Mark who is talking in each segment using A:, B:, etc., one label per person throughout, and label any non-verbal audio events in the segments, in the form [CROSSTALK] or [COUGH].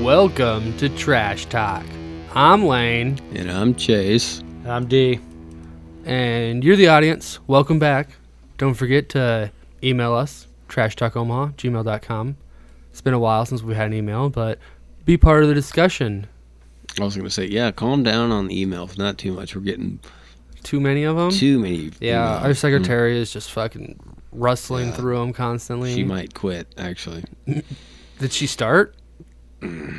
A: Welcome to Trash Talk. I'm Lane,
B: And I'm Chase.
C: I'm D.
A: and you're the audience. Welcome back. Don't forget to email us, trashtalkomaha, gmail.com. It's been a while since we had an email, but be part of the discussion.
B: I was going to say, yeah, calm down on the emails. Not too much. We're getting
A: Too many of them?
B: too many.
A: yeah,
B: emails.
A: our secretary is just fucking rustling
B: Mm. Yeah.
A: through them constantly.
B: She might quit, actually.
A: Did she start?
C: [LAUGHS]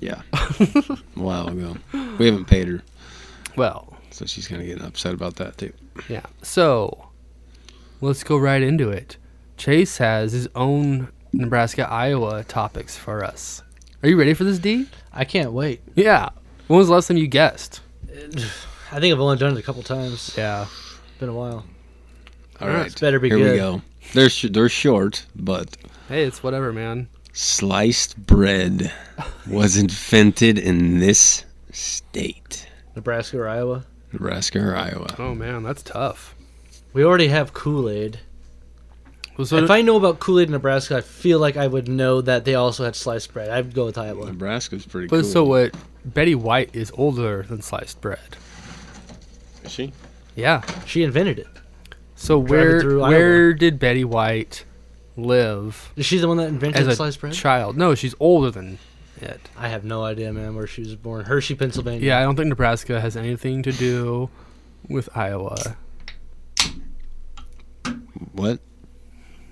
B: Yeah. a while ago. We haven't paid her,
A: Well,
B: so she's kind of getting upset about that, too.
A: Yeah. So let's go right into it. Chase has his own Nebraska Iowa topics for us. Are you ready for this, D?
C: I can't wait. [SIGHS]
A: Yeah. When was the last time you guessed?
C: I think I've only done it a couple times.
A: Yeah.
C: It's been a while.
B: All
A: Yeah,
B: right.
C: it's better be
B: Here
C: good.
B: we go. They're, sh- they're short, but
A: Hey, it's whatever, man.
B: sliced
C: [LAUGHS]
B: bread was invented in this state
C: Nebraska or Iowa.
B: Nebraska or Iowa.
A: Oh man, that's tough.
C: We already have Kool Aid.
A: Well, so
C: if I know about Kool Aid in Nebraska, I feel like I would know that they also had sliced bread. I'd go with Iowa.
B: Nebraska's pretty
A: but
B: cool.
A: so what? Betty White is older than sliced bread.
B: Is she?
A: Yeah.
C: She invented it.
A: So
C: Driving
A: where
C: through
A: where did Betty White live
C: Is she the one that invented
A: as a
C: sliced bread?
A: child? No, she's older than it.
C: I have no idea, man, where she was born. Hershey, Pennsylvania.
A: Yeah, I don't think Nebraska has anything to do with Iowa.
B: What?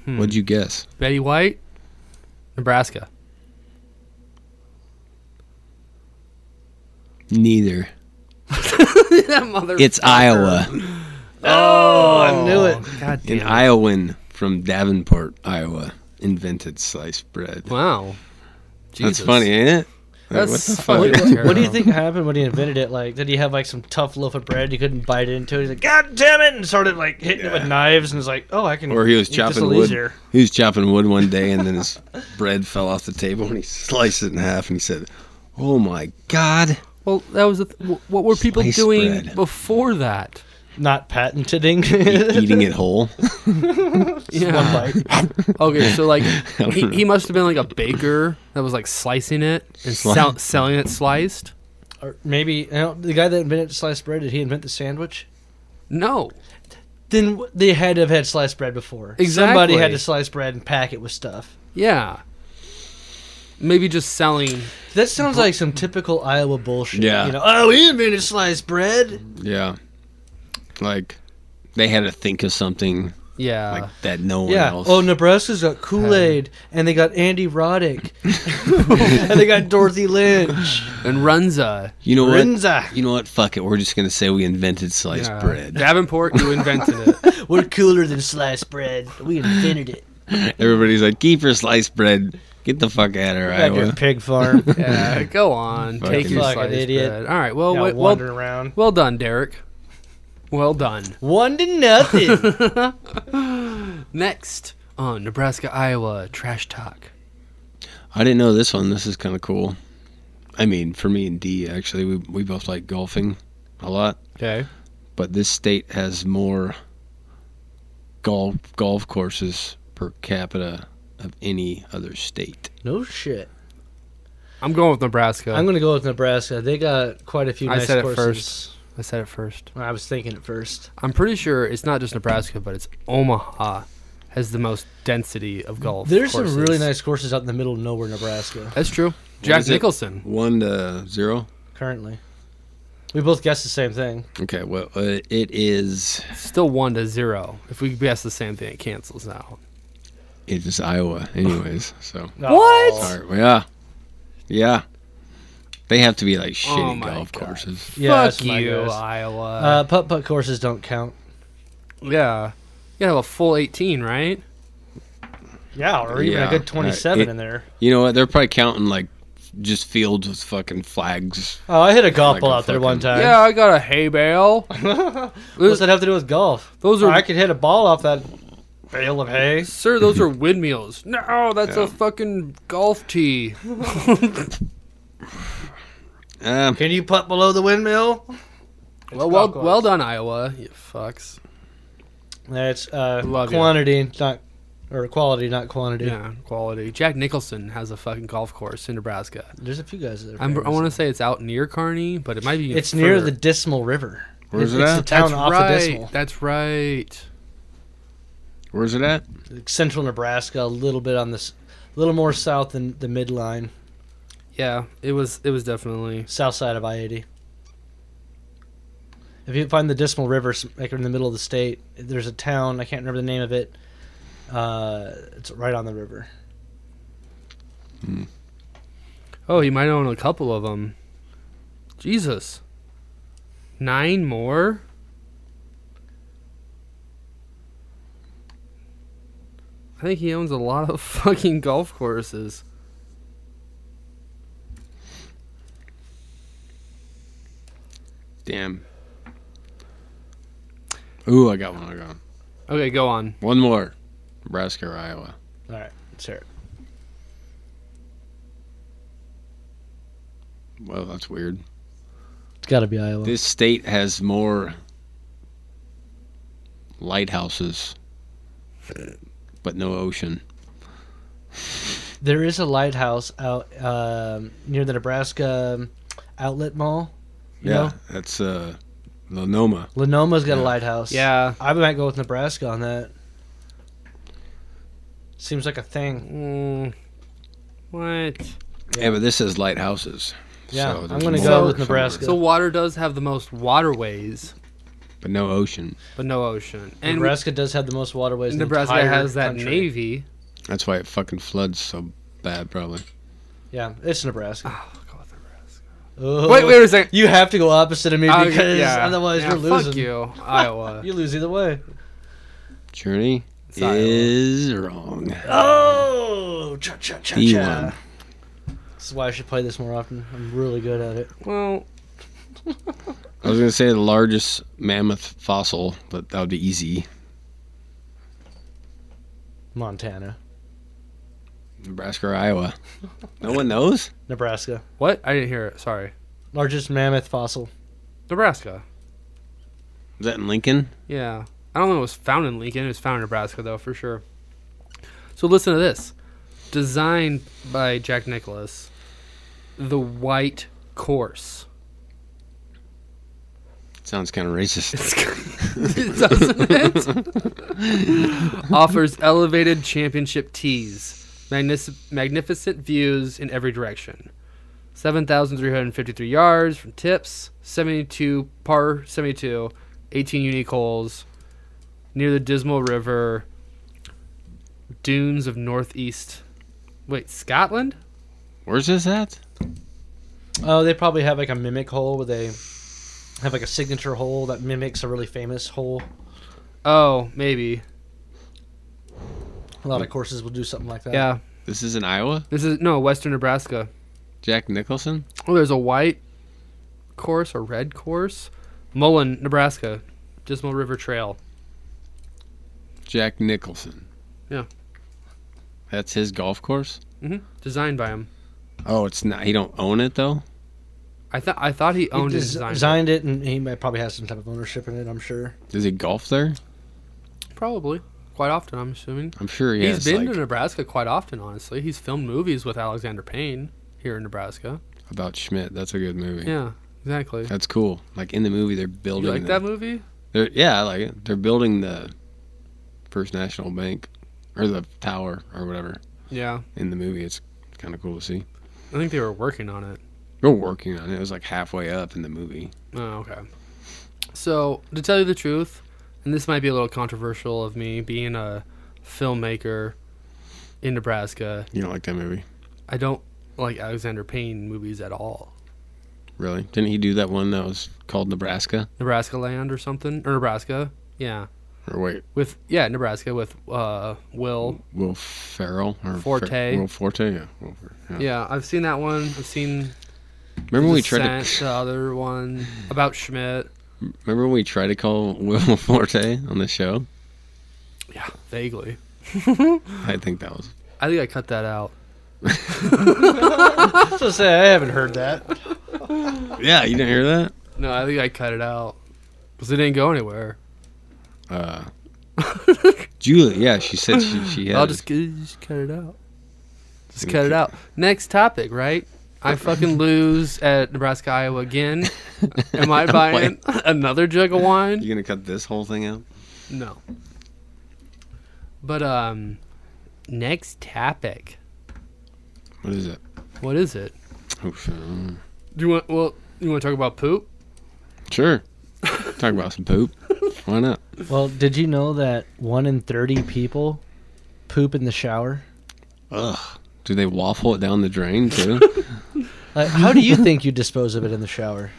C: Hmm.
B: What'd you guess?
A: Betty White, Nebraska.
B: Neither.
A: that mother.
B: It's Iowa.
C: Oh, I knew it.
A: God damn.
B: An
A: it.
B: Iowan from Davenport, Iowa, invented sliced bread.
A: wow. Jesus.
B: That's funny, ain't it?
A: That's
B: what
A: fucking
B: the fuck?
A: terrible.
C: What do you think happened when he invented it? Like, did he have like some tough loaf of bread he couldn't bite into? He's like, God damn it! And started like hitting it with knives, and was like, Oh, I can.
B: [LAUGHS] Or he was
C: eat this a
B: chopping
C: little
B: wood.
C: easier."
B: He was chopping wood one day, and then his [LAUGHS] bread fell off the table, and he sliced it in half, and he said, "Oh my God!"
A: Well, that was a th- wh- what were people
B: Sliced
A: doing
B: bread.
A: before that?
C: Not patenting. [LAUGHS]
B: E- eating it whole.
A: Yeah.
C: One bite.
A: Okay, so
B: [LAUGHS]
A: like
B: don't
A: he, he must have been like a baker that was like slicing it and
B: Sli-
A: sell- selling it sliced.
C: Or maybe you know, the guy that invented sliced bread did he invent the sandwich?
A: No,
C: Then w- they had to have had sliced bread before. Somebody
A: Exactly.
C: had to slice bread and pack it with stuff.
A: yeah, maybe just selling.
C: That sounds like some typical Iowa bullshit.
B: Yeah.
C: You know, oh, he invented sliced bread.
B: Yeah, like they had to think of something
A: Uh, Yeah,
B: like that. No one
C: Yeah.
B: else.
C: Oh, Nebraska's got Kool Aid, and they got
A: [LAUGHS]
C: Andy Roddick, [LAUGHS] and they got Dorothy Lynch.
A: and Runza.
B: you know what?
C: Renza.
B: You know what? Fuck it. We're just gonna say we invented sliced
A: Yeah.
B: bread.
A: Davenport, you invented it.
B: [LAUGHS]
C: We're cooler than sliced bread. We invented it.
B: [LAUGHS] Everybody's like, "Keep your sliced bread. Get the fuck out of here,
C: At your
B: Iowa."
C: pig farm.
A: Yeah, go on.
B: Fucking
A: Take your
C: Fucking
A: slice,
C: idiot.
A: bread. All right. [LAUGHS] Well,
C: Now
A: wait, well,
C: wandering around.
A: well done, Derek. Well done.
C: One to nothing.
A: [LAUGHS] Next on Nebraska Iowa Trash Talk.
B: I didn't know this one. This is kind of cool. I mean, for me and D, actually, we we both like golfing a lot,
A: Okay.
B: but this state has more golf golf courses per capita of any other state.
C: no shit.
A: I'm going with Nebraska.
C: I'm gonna go with Nebraska. They got quite a few.
A: I
C: nice
A: said it
C: courses.
A: first. I said it first.
C: I was thinking it first.
A: I'm pretty sure it's not just Nebraska, but it's Omaha has the most density of golf.
C: There's
A: courses.
C: some really nice courses out in the middle of nowhere, Nebraska.
A: That's true. Jack
B: is it?
A: Nicholson.
B: One to zero.
C: Currently, we both guessed the same thing.
B: Okay, well, uh, it is
A: Still one to zero. If we guess the same thing, it cancels out.
B: it is Iowa, anyways. [LAUGHS] So,
C: Oh.
A: What?
B: all right, well, yeah, yeah, they have to be like
A: Oh
B: shitty
A: my
B: golf
A: God.
B: courses.
C: Yeah,
A: Fuck you, Iowa.
C: Uh, putt putt courses don't count.
A: yeah. You gotta have a full 18, right?
C: Yeah, or even
B: Yeah.
C: a good twenty-seven
B: Uh, it-
C: in there.
B: You know what? They're probably counting like just fields with fucking flags
C: Oh, I hit a golf
B: Like
C: ball
B: a
C: out there one
B: fucking-
C: time.
A: Yeah, I got a hay bale.
C: [LAUGHS] What's that have to do with golf?
A: Those are-
C: I could hit a ball off that bale of hay.
A: Sir, those are windmills. No, that's
B: Yeah.
A: a fucking golf
C: [LAUGHS]
A: tee.
B: Um,
C: Can you putt below the windmill?
A: Well,
C: golf
A: well,
C: course.
A: well done, Iowa. You fucks.
C: That's uh,
A: Love ya.
C: quantity, not or quality, not quantity.
A: Yeah, quality. Jack Nicholson has a fucking golf course in Nebraska.
C: There's a few guys that are.
A: I'm, I
C: famous.
A: want to say it's out near Kearney, but it might be.
C: It's near
A: further.
C: the Dismal River.
B: Where's
C: It-
B: it
C: it's
B: at?
C: the town
A: That's
C: off
A: right.
C: of Dismal,
A: That's right.
B: Where's it at?
C: Like central Nebraska, a little bit on this, a little more south than the midline,
A: Yeah, it was. It was definitely.
C: south side of I-80. If you find the Dismal River, s- like in the middle of the state, there's a town I can't remember the name of it. Uh, it's right on the river.
A: Oh, he might own a couple of them. Jesus. Nine more. I think he owns a lot of [LAUGHS] fucking golf courses.
B: Damn. Ooh, I got one. I got one.
A: Okay, go on.
B: One more. Nebraska or Iowa?
C: All right, let's hear it.
B: Well, that's weird.
C: It's got to be Iowa.
B: This state has more lighthouses, but no ocean.
C: There is a lighthouse out um, near the Nebraska Outlet Mall. You know?
B: that's uh, Lonoma.
C: Lenoma's got
B: Yeah.
C: a lighthouse.
A: Yeah.
C: I might go with Nebraska on that. Seems like a thing.
A: Mm, what?
B: Yeah. but this is lighthouses.
C: Yeah,
B: so
C: I'm
B: there's
C: gonna
B: more
A: go with
B: somewhere.
C: Nebraska.
A: So water does have the most waterways,
B: but no ocean.
A: but no ocean. And
C: Nebraska does have the most waterways. in the
A: Nebraska
C: entire
A: has that
C: country.
A: navy.
B: That's why it fucking floods so bad, probably.
C: Yeah, it's Nebraska.
A: Oh, God, Nebraska.
C: Oh,
A: Wait, wait a second.
C: You have to go opposite of me
A: Oh,
C: because
A: yeah.
C: otherwise
A: Yeah,
C: you're losing.
A: Fuck you,
C: [LAUGHS]
A: Iowa.
C: You lose either way.
B: Journey
A: It's Iowa.
B: is wrong.
C: Oh, cha cha cha
B: The
C: cha.
B: one.
C: This is why I should play this more often. I'm really good at it.
A: Well,
B: I was gonna say the largest mammoth fossil, but that would be easy.
C: Montana,
B: Nebraska or Iowa? No one knows.
C: Nebraska,
A: what? I didn't hear it. Sorry.
C: largest mammoth fossil.
A: Nebraska.
B: Is that in Lincoln?
A: Yeah. I don't know if it was found in Lincoln. It was found in Nebraska, though, for sure. So listen to this. Designed by Jack Nicholas, the White Course.
B: Sounds kind of racist.
A: [LAUGHS] Doesn't it? Offers elevated championship tees, magnis- magnificent views in every direction. 7,353 yards from tips, 72 par 72, 18 unique holes, near the Dismal River, dunes of northeast. Wait, Scotland?
B: Where's this at?
C: Oh, they probably have like a mimic hole where they have like a signature hole that mimics a really famous hole.
A: Oh, maybe.
C: A lot of courses will do something like that.
A: Yeah.
B: This is in Iowa.
A: This is, no, Western Nebraska.
B: Jack Nicholson.
A: Oh, there's a white course, a red course. Mullen, Nebraska. Dismal River Trail.
B: Jack Nicholson.
A: Yeah.
B: That's his golf course.
A: hmm Designed by him.
B: Oh, it's not. He don't own it though.
A: I thought I thought he
C: He
A: owned his
C: des-
A: design.
C: designed it, and he might probably has some type of ownership in it. I'm sure.
B: Does he golf there?
A: Probably. Quite often, I'm assuming.
B: I'm sure he
A: He's
B: has.
A: been
B: like,
A: to Nebraska quite often, honestly. He's filmed movies with Alexander Payne here in Nebraska.
B: about Schmidt. That's a good movie.
A: Yeah, exactly.
B: That's cool. Like in the movie, they're building.
A: You like
B: the-
A: that movie?
B: They're, yeah, I like it. They're building the First National Bank or the tower or whatever
A: Yeah.
B: in the movie. It's kind of cool to see.
A: I think they were working on it.
B: They're working on it. It was like halfway up in the movie.
A: Oh, okay. So, to tell you the truth, and this might be a little controversial of me being a filmmaker in Nebraska,
B: You don't like that movie,
A: I don't like Alexander Payne movies at all.
B: really? Didn't he do that one that was called Nebraska?
A: Nebraska Land or something or Nebraska, yeah.
B: Or wait,
A: With yeah, Nebraska with uh Will.
B: Will Ferrell or Fer-
A: Forte.
B: Will Forte, yeah. Will Fer- yeah.
A: Yeah, I've seen that one. I've seen
B: Remember when we tried
A: Descent,
B: to
A: the other one about Schmidt.
B: [LAUGHS] remember when we tried to call [LAUGHS] Will Forte on the show?
A: Yeah, vaguely.
B: I think that was
A: I think I cut that out.
C: So say I haven't heard that.
B: [GASPS] yeah. You didn't hear that?
A: No, I think I cut it out because it didn't go anywhere.
B: Uh, Julie, yeah, she said she, she had.
A: I'll just, c- just cut it out. Just cut it out. Next topic, right? I
B: [LAUGHS]
A: fucking lose at Nebraska, Iowa again. Am I buying another jug of wine?
B: You gonna cut this whole thing out?
A: No. But um, next topic.
B: What is it?
A: What is it?
B: Oof, um,
A: Do you want? Well, you want to talk about poop?
B: Sure. Talk about some poop. Why not?
C: Well, did you know that one in thirty people poop in the shower?
B: Ugh. Do they waffle it down the drain [LAUGHS] too?
C: Like, how do you think you dispose of it in the shower?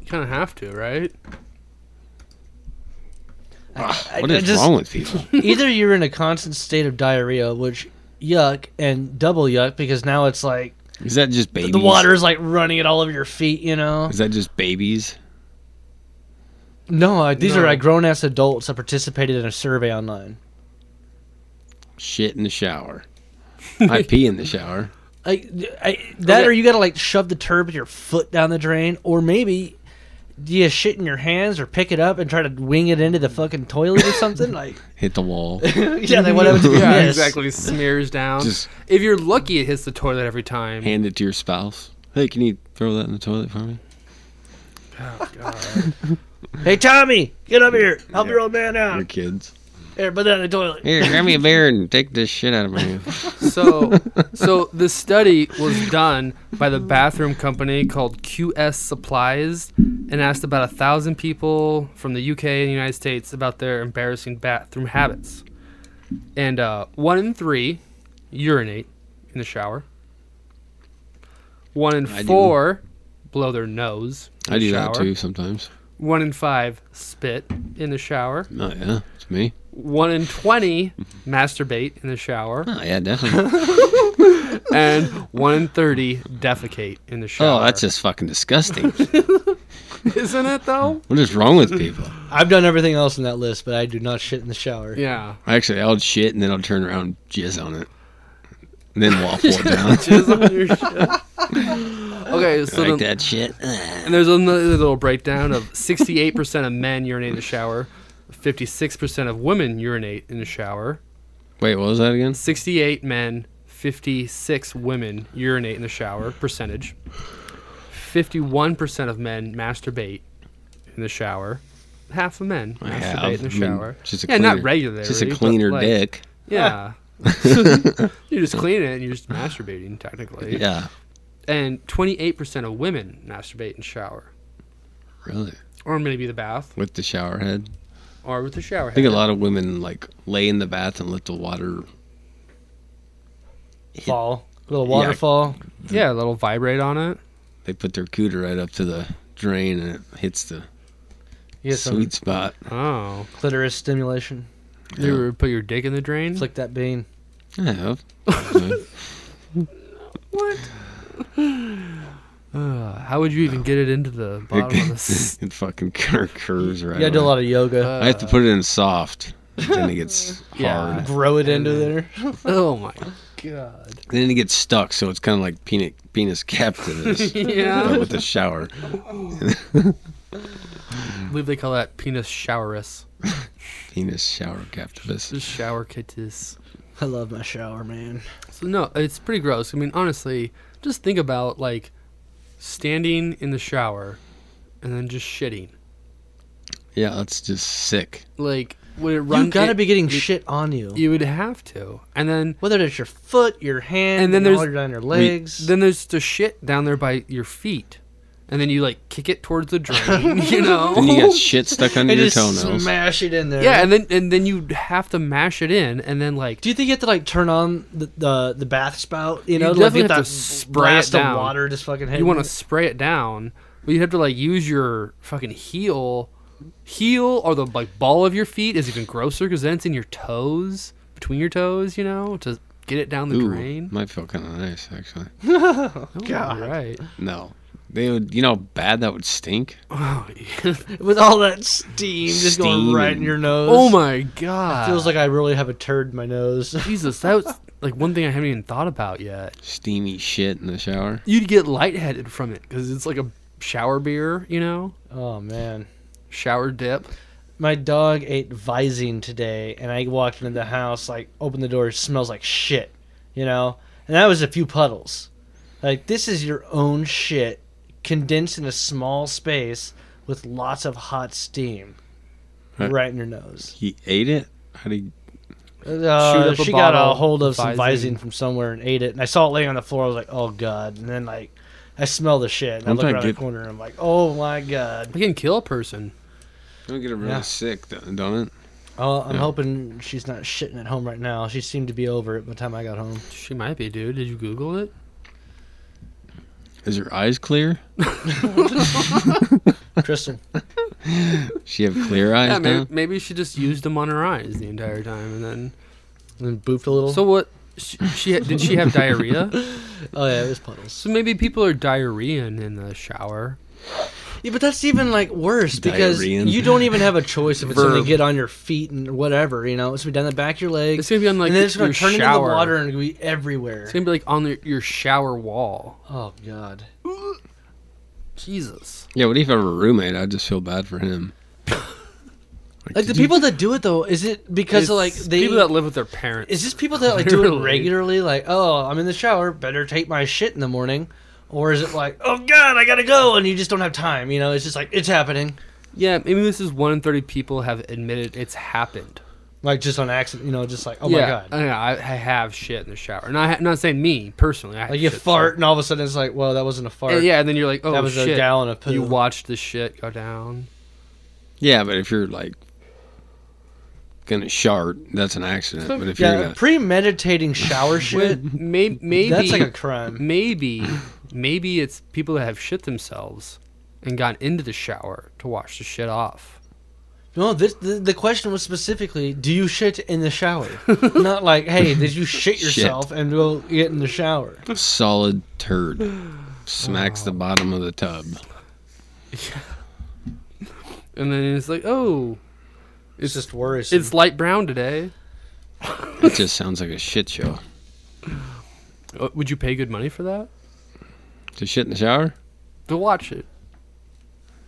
A: You kind of have to,
B: [LAUGHS]
A: right?
C: I-
B: what
C: I
B: is
C: just-
B: wrong with people?
C: Either you're in a constant state of diarrhea, which yuck, and double yuck because now it's like
B: Is that just babies?
C: the water's like running it all over your feet. You know?
B: Is that just babies?
C: No, I, these
A: No.
C: are like grown ass adults that participated in a survey online.
B: Shit in the [LAUGHS] shower. I pee in the shower.
C: Like I, that,
A: Okay.
C: or you gotta like shove the turd with your foot down the drain, or maybe do you shit in your hands or pick it up and try to wing it into the fucking toilet or [LAUGHS] something? like,
B: Hit the [LAUGHS] wall.
C: [LAUGHS] yeah, they went up to
A: Yeah,
C: this.
A: exactly. Smears down.
B: Just-
A: if you're lucky, it hits the toilet every time.
B: Hand it to your spouse. Hey, can you throw that in the toilet for me?
A: Oh, God.
C: Hey, Tommy, get up here, help your old man
B: Your
C: out.
B: kids.
C: Here, put that in the toilet.
B: Here, grab me a beer and take this shit out of my hand.
A: So, so the study was done by the bathroom company called QS Supplies, and asked about a thousand people from the UK and the United States about their embarrassing bathroom habits. And uh, one in three urinate in the shower. One in
B: I do.
A: four blow their nose. In
B: [LAUGHS] I
A: the
B: do
A: shower.
B: that too sometimes.
A: One in five spit in the shower.
B: Oh yeah, it's me.
A: One in
B: [LAUGHS]
A: twenty masturbate in the shower.
B: Oh yeah, definitely.
A: and one in thirty defecate in the shower.
B: oh, that's just fucking disgusting.
A: isn't it though?
B: what is wrong with people?
C: I've done everything else in that list, but I do not shit in the
A: [LAUGHS]
C: shower.
A: Yeah,
B: Actually, I'll shit and then I'll turn around and jizz on it, and then waffle it [LAUGHS] down.
A: jizz on your shit. Okay, so
B: like
A: then-
B: that shit. Uh.
A: and there's another little breakdown of 68% of men urinate in the shower, 56% of women urinate in the shower,
B: Wait, what was that again?
A: 68 men, 56 women urinate in the shower percentage. 51% of men masturbate in the shower. Half of men
B: I
A: masturbate
B: have.
A: in the
B: I mean,
A: shower.
B: just a
A: yeah,
B: cleaner,
A: not regularly.
B: Just a
A: but,
B: cleaner
A: like, [LAUGHS]
B: dick. [LAUGHS]
A: Yeah. you're just cleaning it and you're just masturbating, technically.
B: Yeah,
A: And 28% of women masturbate and shower,
B: really.
A: or maybe the bath,
B: With the shower head.
A: or with the shower
B: I
A: head.
B: think a lot of women like lay in the bath and let the water.
C: Fall, little waterfall.
A: Yeah, a little vibrate on it.
B: They put their cooter right up to the drain and it hits the
C: You get some
B: sweet spot.
A: Oh.
C: clitoris stimulation.
A: You ever put your dick in the drain?
C: Flick that bean.
A: [LAUGHS]
B: I have. Yeah.
A: Uh, how would you even get it into
B: [LAUGHS]
A: the bottom of this?
B: it fucking cur- curves right.
C: yeah, I do a
B: away.
C: lot of yoga.
A: Uh,
B: I have to put it in soft. then it gets
A: [LAUGHS] Yeah.
B: hard.
C: Grow it into
A: [LAUGHS]
C: there.
A: oh my
B: [LAUGHS]
A: god.
B: Then it gets stuck, so it's kind of like peanut penis captives. but
A: [LAUGHS] Yeah.
B: with the shower.
A: I believe they call that penis showeress.
B: Penis shower captivus.
A: Just shower kittis.
C: I love my shower, man.
A: So no, it's pretty gross. I mean, honestly, just think about like standing in the shower and then just shitting.
B: Yeah, that's just sick.
A: Like would it run?
C: you gotta
A: it-
C: be getting
A: it-
C: shit on you.
A: You would have to, and then
C: Whether it's your foot, your
A: And
C: hand, and
A: then
C: then all
A: there's-
C: your down your legs.
A: then there's the shit down there by your feet, and then you like kick it towards the drain. [LAUGHS] you know.
B: Then
C: Oh.
B: you got shit stuck
C: [LAUGHS]
B: under
C: I
B: your
C: just
B: toenails.
C: smash it in there.
A: yeah, and then and then you have to mash it in, and then like
C: Do you think you have to like turn on the the, the bath spout? You know, to,
A: definitely
C: like, get
A: have
C: that
A: to spray
C: blast
A: it down.
C: of water just fucking hitting.
A: you want
C: it?
A: to spray it down, but you have to like use your fucking heel, heel or the like ball of your feet is even grosser because then it's in your toes, between your toes, you know, to get it down the
B: Ooh,
A: drain.
B: might feel kind of nice actually.
A: Oh,
C: God.
A: right. [LAUGHS]
B: No, they would. You know, how bad that would stink.
A: Oh, yeah.
C: [LAUGHS] with all that steam just going
B: Steam
C: right in
B: and-
C: your nose.
A: Oh my god!
C: Feels like I really have a turd in my nose. [LAUGHS]
A: Jesus. That was like one thing I haven't even thought about yet.
B: Steamy shit in the shower.
A: You'd get lightheaded from it because it's like a shower beer, you know,
C: oh man.
A: shower dip.
C: my dog ate Visine today, and I walked into the house, like opened the door, it smells like shit, you know. And that was a few puddles. Like this is your own shit condensed in a small space with lots of hot steam,
B: Huh.
C: right in your nose.
B: He ate it. How did?
C: Uh,
A: up a
C: she got
A: bottle
C: a hold of some
A: of Visine.
C: Visine from somewhere and ate it, and I saw it laying on the floor. I was like, "Oh god!" And then like, I smell the shit, and i
B: I'm
C: look
B: trying
C: around
B: to
C: the
B: get-
C: corner, and I'm like, "Oh my god!"
A: I can kill a person.
B: Don't get him really
C: Yeah.
B: sick, don't don't it?
C: Oh, I'm
B: Yeah.
C: hoping she's not shitting at home right now. She seemed to be over it by the time I got [LAUGHS] home.
A: She might be, dude. Did you Google it?
B: Is her eyes clear?
C: Tristan,
B: She
C: [LAUGHS]
B: have clear eyes
A: yeah,
B: now.
A: maybe, maybe she just used them on her eyes the entire time, and then.
C: and boofed a little.
A: So what? She, she did she have diarrhea? [LAUGHS]
C: oh yeah, it was puddles.
A: So maybe people are diarrheaing in the shower.
C: Yeah, but that's even like worse because
B: Diarrhean.
C: you don't even have a
A: [LAUGHS]
C: choice if it's going
A: Verb.
C: to get on your feet and whatever. You know, it's going to be down the back of your leg,
A: It's gonna be on like
C: and then it's
A: your
C: going to turn into the
A: shower.
C: water and be everywhere.
A: It's gonna be like on the, your shower wall.
C: Oh god.
A: Jesus.
B: Yeah, what if I have a roommate? I just feel bad for him.
C: Like the
B: did you-
C: people that do it though, is it because
A: It's
C: of, like they
A: people that live with their parents.
C: is this people that like do it
A: Literally.
C: regularly? Like, oh, I'm in the shower, better take my shit in the morning, or is it like, oh god, I gotta go, and you just don't have time? You know, it's just like it's happening,
A: yeah, maybe this is one in thirty people have admitted it's happened.
C: like just on accident. You know, just like oh
A: yeah,
C: my god,
A: I, know, I, I have shit in the shower, and I, am not saying me personally. I have
C: like you
A: shit
C: fart, and all of a sudden it's like, well, that wasn't a fart.
A: And yeah, and then you're like, oh
C: that was
A: shit.
C: a gallon of poo.
A: you watched the shit go down.
B: Yeah, but if you're like gonna shart, that's an accident. But if you're
C: yeah,
B: gonna,
A: [LAUGHS]
C: premeditating shower shit.
A: Maybe, maybe
C: That's like a crime.
A: maybe maybe it's people that have shit themselves and gone into the shower to wash the shit off.
C: No, this the, the question was specifically: Do you shit in
A: [LAUGHS]
C: the shower? Not like, hey, did you shit
B: Shit.
C: yourself and go get in
A: [LAUGHS]
C: the shower?
B: solid turd smacks
C: [SIGHS]
B: the bottom of the tub.
A: And then it's like, oh,
C: It's just worrisome.
A: it's light brown today.
B: It just sounds like a shit show.
A: Uh, Would you pay good money for that?
B: To shit in the shower
A: To watch it.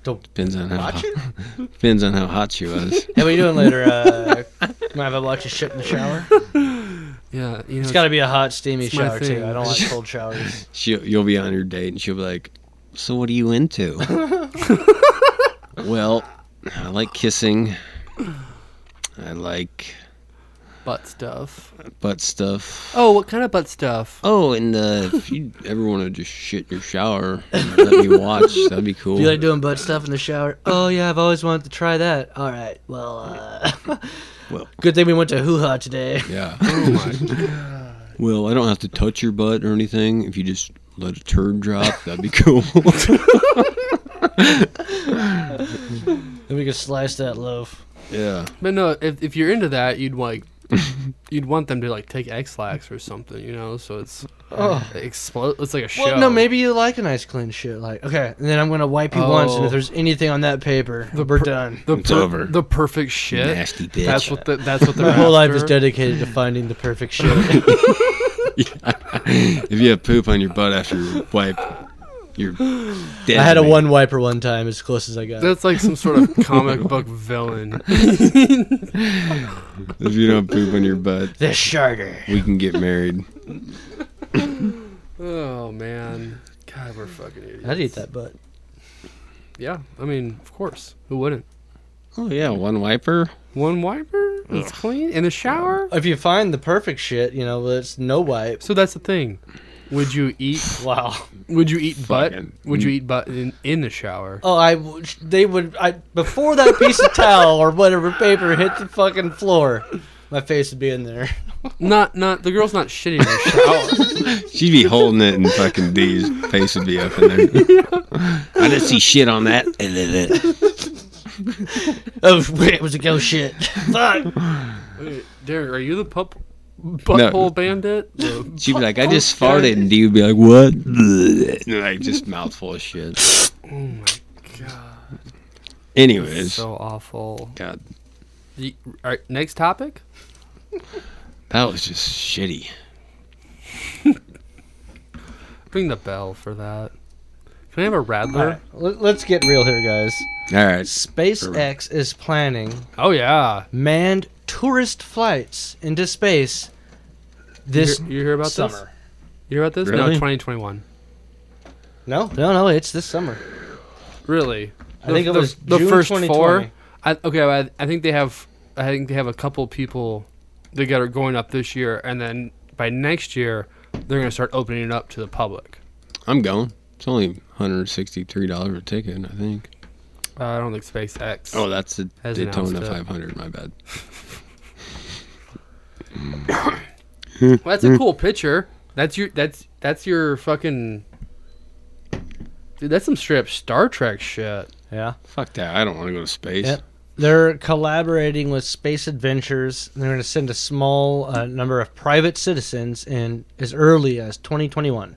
B: depends on how
C: Watch
B: hot, depends on how hot she was. [LAUGHS]
C: Hey, what are you doing later? [LAUGHS] Uh, might have a bunch of shit in the shower.
A: Yeah, you know.
C: It's got to be a hot, steamy
A: It's my
C: shower
A: thing.
C: too. I don't like
A: [LAUGHS]
C: cold showers.
B: She you'll be on your date and she'll be like, "So what are you
C: [LAUGHS]
B: into?" well, I like kissing. I like
A: butt
C: [LAUGHS]
A: stuff.
B: butt stuff.
A: Oh, what kind of butt stuff?
B: Oh, and uh, if you ever want to just shit in your shower, and let me watch. That'd be cool.
C: [LAUGHS] Do you like doing butt stuff in the shower? Oh yeah, I've always wanted to try that. All right, well, uh, [LAUGHS]
B: Well.
C: good thing we went to Hoo Ha today.
B: yeah. Oh my. well, I don't have to touch your butt or anything. If you just let a turd drop, that'd be cool. [LAUGHS]
C: Then we could slice that loaf.
B: yeah.
A: But no, if if you're into that, you'd
C: [LAUGHS]
A: like you'd want them to like take X-Lax or something, you know? So it's
C: Oh.
A: explode it's like a show.
C: Well, no, maybe you like a nice clean shit. Like, okay, and then I'm gonna wipe you once, and
A: Oh.
C: if there's anything on that paper, we're
A: per-
C: done.
A: the
B: It's
A: per-
B: over.
A: the perfect shit.
B: Nasty bitch.
A: That's what the, that's what they're
C: My whole life is
A: after.
C: dedicated to finding
A: [LAUGHS]
C: the perfect shit.
B: if you have poop on your butt after you wipe, you're dead.
C: I had a
B: meat.
C: one wiper one time, as close as I got.
A: That's like some sort
B: [LAUGHS]
A: of comic book villain.
B: If you don't poop on your butt,
C: the sharder.
B: we can get married.
A: Oh man, God, we're fucking idiots.
C: I'd eat that butt.
A: Yeah, I mean, of course, who wouldn't?
B: Oh yeah, one wiper.
A: One wiper, it's clean in the shower.
C: If you find the perfect shit, you know, it's no
A: [LAUGHS]
C: wipe.
A: So that's the thing. Would you eat?
C: Wow.
A: Would you eat butt?
B: Fucking-
A: Would you eat butt in, in the shower?
C: Oh, I. w- They would. I before that piece of towel or whatever paper hit the fucking floor, my face would be
A: [LAUGHS]
C: in there.
A: Not, not the girl's not shitting in
B: [LAUGHS]
A: the shower.
B: She'd be holding it, and fucking D's face would be up in there. [LAUGHS] I didn't see shit on [LAUGHS] that.
C: Oh, wait, it was a go shit. [LAUGHS] Fuck.
A: Wait, Derek, are you the pup butthole
B: No.
A: bandit? The-
B: She'd be like, "I just farted," and D would be like, "What?" And [LAUGHS] like just mouthful of [LAUGHS] shit.
A: oh my god,
B: Anyways,
A: so awful.
B: God,
A: The- all right, next topic.
B: that was just shitty.
A: Ring the bell for that. Can I have a
C: All
A: Rattler?
C: right, let- let's get real here, guys.
B: All right.
C: SpaceX is planning
A: Oh yeah.
C: manned tourist flights into space this
A: you hear, you hear about this?
C: summer.
A: You hear about this? No,
B: Really?
A: 2021.
C: No, no, no. It's this summer.
A: Really?
C: I think it was
A: the
C: June
A: first
C: 2020.
A: four. I, okay, I, I think they have. I think they have a couple people that got- are going up this year, and then by next year they're going to start opening it up to the public.
B: I'm going. It's only $163 a ticket, I think.
A: Uh, I don't think SpaceX.
B: Oh, that's the
A: Has
B: Daytona
A: announced it.
B: 500. My bad.
A: Well, that's a cool picture. That's your that's that's your fucking dude. That's some straight up Star Trek shit.
C: Yeah.
B: Fuck that. I don't want to go to space.
C: Yep. They're collaborating with Space Adventures. And they're going to send a small uh, number of private citizens in as early as 2021.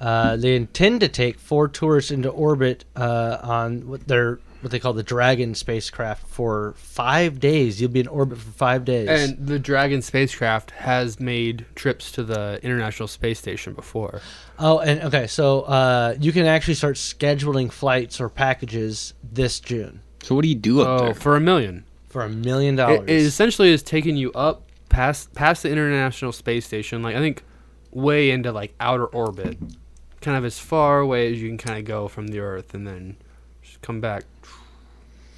C: Uh, they intend to take four tourists into orbit uh, on what they're what they call the Dragon spacecraft for five days. You'll be in orbit for five days.
A: And the Dragon spacecraft has made trips to the International Space Station before.
C: oh, and okay, so uh, you can actually start scheduling flights or packages this June
B: So what do you do up
A: Oh,
B: there?
A: for a million.
C: for a million
A: It,
C: dollars.
A: it essentially is taking you up past past the International Space Station, like I think way into like outer orbit, kind of as far away as you can kind of go from the Earth, and then just come back.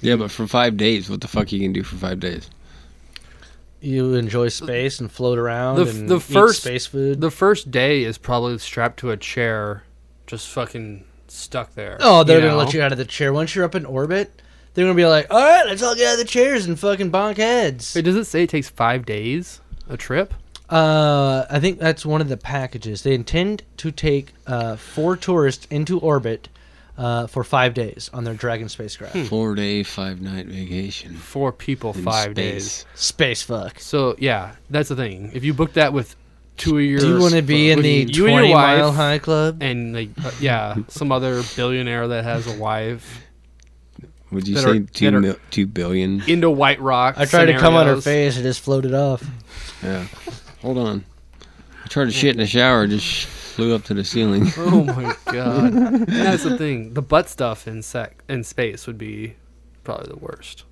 B: Yeah, but for five days, what the fuck you can do for five days?
C: you enjoy space and float around
A: The f-
C: and
A: the
C: eat
A: first-
C: space food.
A: The first day is probably strapped to a chair, just fucking stuck there.
C: Oh, they're
A: you
C: gonna
A: know?
C: let you out of the chair once you're up in orbit. They're gonna be like, "All right, let's all get out of the chairs and fucking bonk heads."
A: Wait, does it say it takes five days a trip?
C: Uh, I think that's one of the packages. They intend to take uh, four tourists into orbit uh, for five days on their Dragon spacecraft.
A: Hmm.
B: Four day, five night vacation.
A: Four people,
B: in
A: five days.
B: space.
C: Space fuck.
A: So yeah, that's the thing. If you book that with two of your,
C: Do you want to be in
A: with
C: the
A: you and your
C: twenty mile
A: wife
C: high club?
A: and like uh, yeah, some other billionaire that has a wife
B: Would you
A: That
B: say
A: are-
B: two
A: that are-
B: mil, two billion?
A: into White Rock.
C: I tried to come on her
A: scenarios.
C: face, it just floated off.
B: Yeah. Hold on. I tried to shit in the shower. Just flew up to
A: [LAUGHS]
B: the ceiling.
A: Oh my god, And that's the thing. The butt stuff in sec in space would be probably the worst.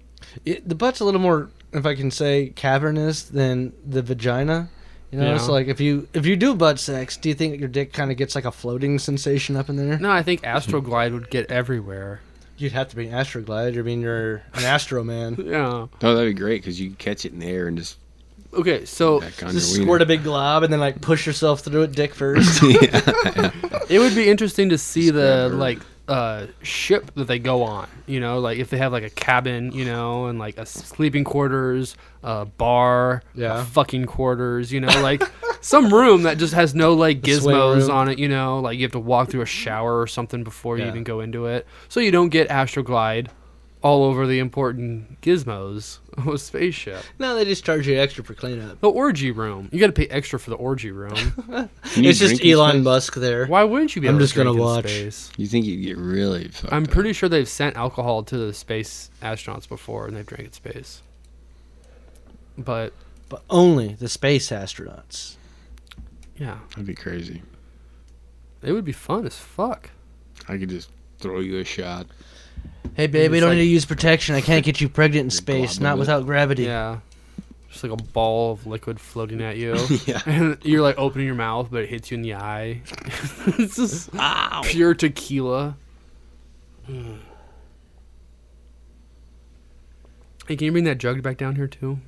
C: It, the butt's a little more, if I can say, cavernous than the vagina. You know,
A: Yeah.
C: it's like if you if you do butt sex, do you think your dick kind of gets like a floating sensation up in there?
A: No, I think Astroglide would get everywhere.
C: You'd have to be an astroglide. I mean, you're an
A: [LAUGHS]
C: astro man.
A: Yeah.
B: Oh, that'd be great because you could catch it in the air and just
A: Okay, so
B: back on
C: Just
B: your
C: squirt
B: wiener.
C: a big glob and then like push yourself through it, dick first.
B: yeah.
A: it would be interesting to see the
B: Scrubber.
A: like uh ship that they go on you know like if they have like a cabin you know and like a sleeping quarters a bar
C: Yeah.
A: a fucking quarters you know like [LAUGHS] some room that just has no like
C: The swing
A: gizmos
C: room.
A: on it you know like you have to walk through a shower or something before you
C: Yeah.
A: even go into it so you don't get astroglide all over the important gizmos of a spaceship
C: no, they just charge you extra for cleanup.
A: the orgy room you got to pay extra for the orgy room
C: [LAUGHS]
B: Can you
C: it's
B: drink
C: just
B: in
C: Elon
B: space?
C: Musk there.
A: why wouldn't you be
C: I'm
A: able
C: just
A: to
C: gonna
A: drink in
C: watch.
A: space?
B: You think you'd get really fucked
A: I'm
B: up.
A: pretty sure they've sent alcohol to the space astronauts before and they've drank in space. But
C: But only the space astronauts.
A: yeah,
B: That'd be crazy.
A: it would be fun as fuck.
B: I could just throw you a shot.
C: Hey, babe, we
A: It's
C: don't
A: like-
C: need to use protection. I can't get you pregnant in
B: glob
C: space,
B: of
C: not
B: it.
C: without gravity.
A: Yeah. Just like a ball of liquid floating at you.
B: Yeah.
A: [LAUGHS] and you're like opening your mouth, but it hits you in the eye. [LAUGHS] it's just pure tequila. [SIGHS] Mm. Hey, can you bring that jug back down here too?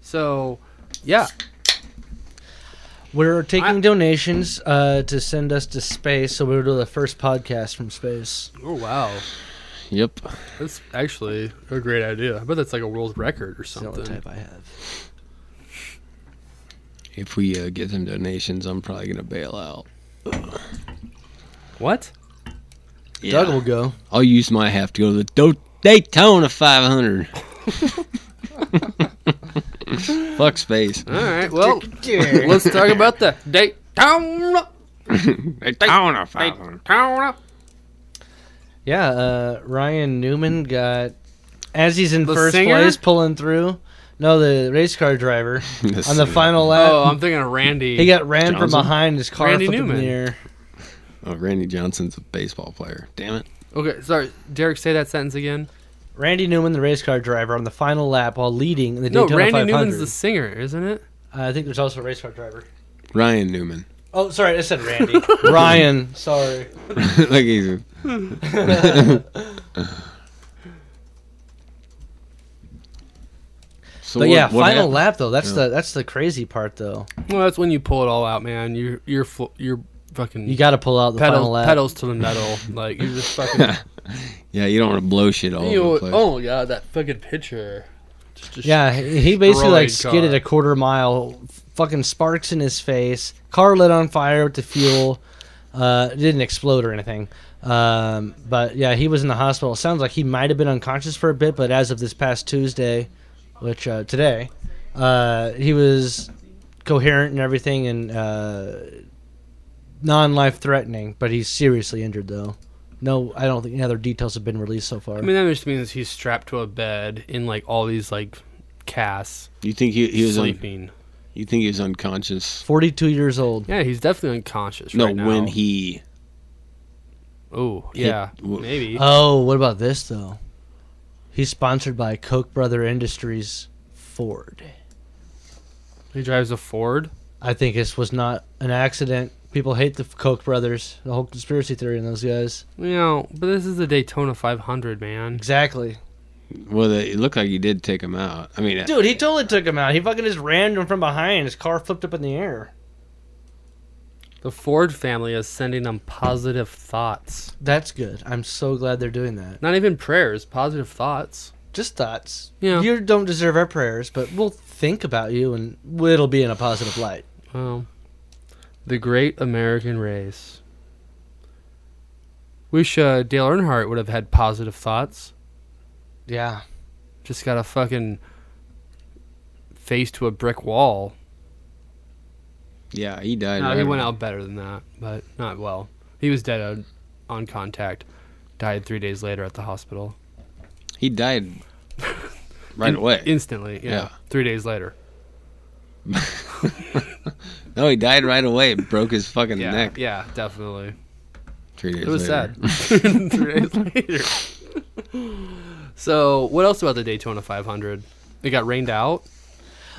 A: So, yeah,
C: We're taking
A: I-
C: donations uh, to send us to space, so we'll do the first podcast from space.
A: Oh wow,
B: Yep.
A: that's actually a great idea. I bet that's like a world record or
C: That's the only
A: something.
C: type I have.
B: If we uh, get some donations, I'm probably gonna bail out.
A: What?
C: Doug will go.
B: I'll use my half to go to the Do- Daytona 500. [LAUGHS] Fuck space. [LAUGHS]
A: All right. Well, [LAUGHS]
C: [LAUGHS]
A: let's talk about the Daytona.
B: Daytona 500.
A: Daytona.
C: Yeah, uh, Ryan Newman got as he's in
A: The
C: first
A: singer?
C: place, pulling through. No, the race car driver on the final lap.
A: Oh, I'm thinking of Randy.
C: he got ran from
B: Johnson?
C: behind his car.
A: Randy
C: flipped in the
A: Newman.
C: air.
B: Oh, Randy Johnson's a baseball player. Damn it.
A: okay, sorry, Derek, say that sentence again.
C: Randy Newman, the race car driver, on the final lap while leading in the
A: No,
C: Daytona
A: Randy
C: 500.
A: Newman's the singer, isn't it?
C: Uh, I think there's also a race car driver.
B: Ryan Newman. [LAUGHS]
C: Oh, sorry, I
A: [LAUGHS]
C: said Randy. Ryan, sorry.
B: like he's [LAUGHS] So
C: but
B: what-
C: yeah,
B: what
C: final
B: happened?
C: lap though. That's
B: Yeah.
C: the that's the crazy part though.
A: Well, that's when you pull it all out, man. You're you're fl- you're fucking
C: You got to pull out the final
A: pedals
C: lap.
A: pedals to the metal. like you're
C: [LAUGHS]
A: just fucking.
B: Yeah, you don't want to blow shit all
A: You-
B: over the place.
A: oh my god, that fucking picture. Just, just
C: Yeah, he he basically like
A: Destroyed
C: skidded
A: car.
C: a quarter mile, fucking sparks in his face, car lit on fire with the fuel. Uh, it didn't explode or anything. Um, but yeah, he was in the hospital. Sounds like he might have been unconscious for a bit, but as of this past Tuesday, which uh, today, uh, he was coherent and everything and uh, non-life threatening. But he's seriously injured though. No, I don't think any other details have been released so far.
A: I mean that just means he's strapped to a bed in like all these like casts,
B: You think he, he was un-
A: sleeping.
B: you think he was unconscious?
C: Forty-two years old.
A: yeah, he's definitely unconscious.
B: No,
A: right now.
B: when he
A: Oh
B: hit-
A: yeah,
B: w- Uh,
A: maybe.
C: Oh, what about this though? He's sponsored by Koch Brother Industries Ford.
A: he drives a Ford.
C: I think this was not an accident. People hate the Koch brothers, the whole conspiracy theory in those guys.
A: You know, but this is the Daytona 500, man.
C: Exactly.
B: well, it looked like he did take him out. I mean,
C: Dude, he totally took him out. He fucking just rammed him from behind. His car flipped up in the air.
A: The Ford family is sending them positive thoughts.
C: That's good. I'm so glad they're doing that.
A: Not even prayers, positive thoughts.
C: Just thoughts.
A: Yeah.
C: You don't deserve our prayers, but we'll think about you and it'll be in a positive light.
A: Well, the great American race. Wish uh, Dale Earnhardt would have had positive thoughts.
C: Yeah.
A: Just got a fucking face to a brick wall.
B: yeah, he died.
A: No, he
B: right
A: went
B: away.
A: out better than that, but not well. He was dead on, on contact. Died three days later at the hospital.
B: He died right
A: In-
B: away.
A: Instantly, yeah.
B: Yeah.
A: Three days later.
B: no, he died right away. It broke his fucking
A: Yeah,
B: neck.
A: yeah, definitely.
B: Three days
A: It was
B: later.
A: sad. [LAUGHS] Three days later. [LAUGHS] so, what else about the Daytona 500? It got rained out.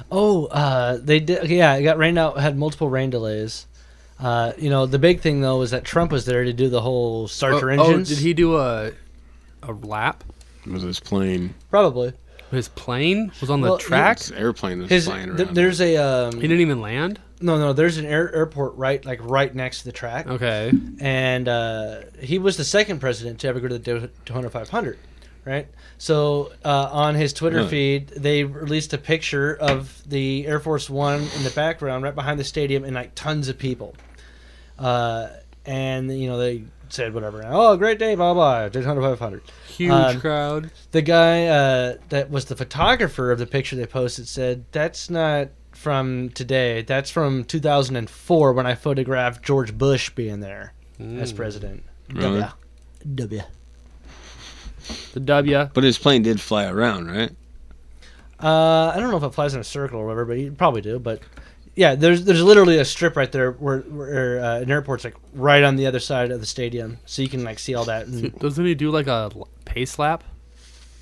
C: Oh, uh, they did. okay, Yeah, it got rained out. Had multiple rain delays. Uh, you know, the big thing though was that Trump was there to do the whole start your engines.
A: Oh, did he do a a lap?
B: It was his plane.
C: Probably.
A: His plane was on the
C: Well, he-
A: track.
B: His airplane was
C: His,
B: flying around.
C: th- there's a um,
A: He didn't even land.
C: no, no. There's an air, airport right, like right next to the track,
A: Okay.
C: and uh, he was the second president to ever go to the Daytona 500, right? So uh, on his Twitter
B: Really?
C: feed, they released a picture of the Air Force One in the background, right behind the stadium, and like tons of people. Uh, and you know they said whatever. Oh, great day, blah blah. Daytona 500.
A: Huge
C: Um,
A: crowd.
C: The guy uh, that was the photographer of the picture they posted said, "That's not from today. That's from 2004 when I photographed George Bush being there as
A: Mm.
C: president."
B: Really?
C: W. W.
A: The W.
B: But his plane did fly around, right?
C: Uh, I don't know if it flies in a circle or whatever, but you probably do. But yeah, there's there's literally a strip right there where, where uh, an airport's like right on the other side of the stadium, so you can like see all that. And,
A: Doesn't he do like a l- pace lap?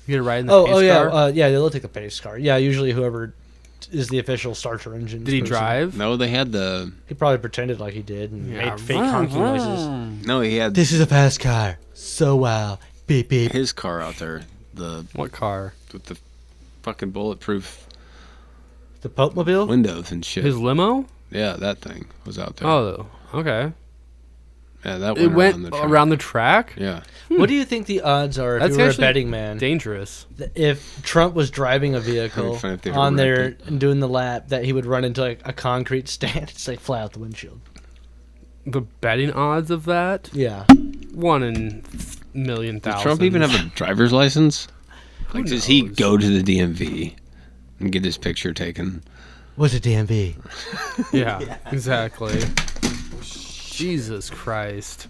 A: You get a ride in the
C: oh,
A: pace
C: oh yeah,
A: car.
C: uh, yeah, they'll take the pace car. Yeah, usually whoever is the official starter engine.
A: Did he drive?
B: No, they had the.
C: He probably pretended like he did and
A: Yeah.
C: made fake honking noises.
B: No, he had
C: This is a fast car. So wow. Beep beep.
B: his car out there. The
A: What car?
B: with the fucking bulletproof
C: The Pope Mobile?
B: windows and shit.
A: His limo?
B: yeah, that thing was out there.
A: Oh, okay.
B: yeah, that
A: It
B: went,
A: went
B: around the track.
A: around the track.
B: Yeah,
C: What do you think the odds are if
A: Hmm. That's
C: you were a
A: actually
C: betting man?
A: Dangerous.
C: th- if Trump was driving a vehicle
B: Having fun if they were
C: on there
B: wrecked
C: and doing the lap, that he would run into like a concrete stand [LAUGHS] and like fly out the windshield.
A: The betting odds of that
C: Yeah,
A: one in th- million
B: Does
A: thousand.
B: Trump even have a driver's license? Like, does he
A: knows?
B: go to the DMV and get his picture taken?
C: was a DMV.
A: Yeah, exactly. Jesus Christ.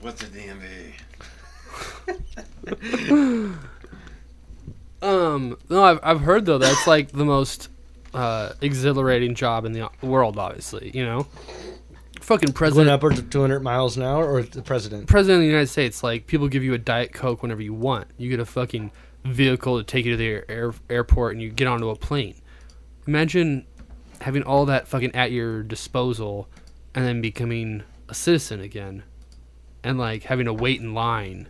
B: What's a DMV?
A: [LAUGHS] Um, no, I've, I've heard though that's like the most uh, exhilarating job in the o- world. Obviously, you know, fucking
C: Going
A: president,
C: upwards of 200 miles an hour, or the president?
A: president of the United States. Like people give you a diet coke whenever you want. You get a fucking vehicle to take you to the air, air, airport, and you get onto a plane. Imagine having all that fucking at your disposal, and then becoming a citizen again, and like having to wait in line.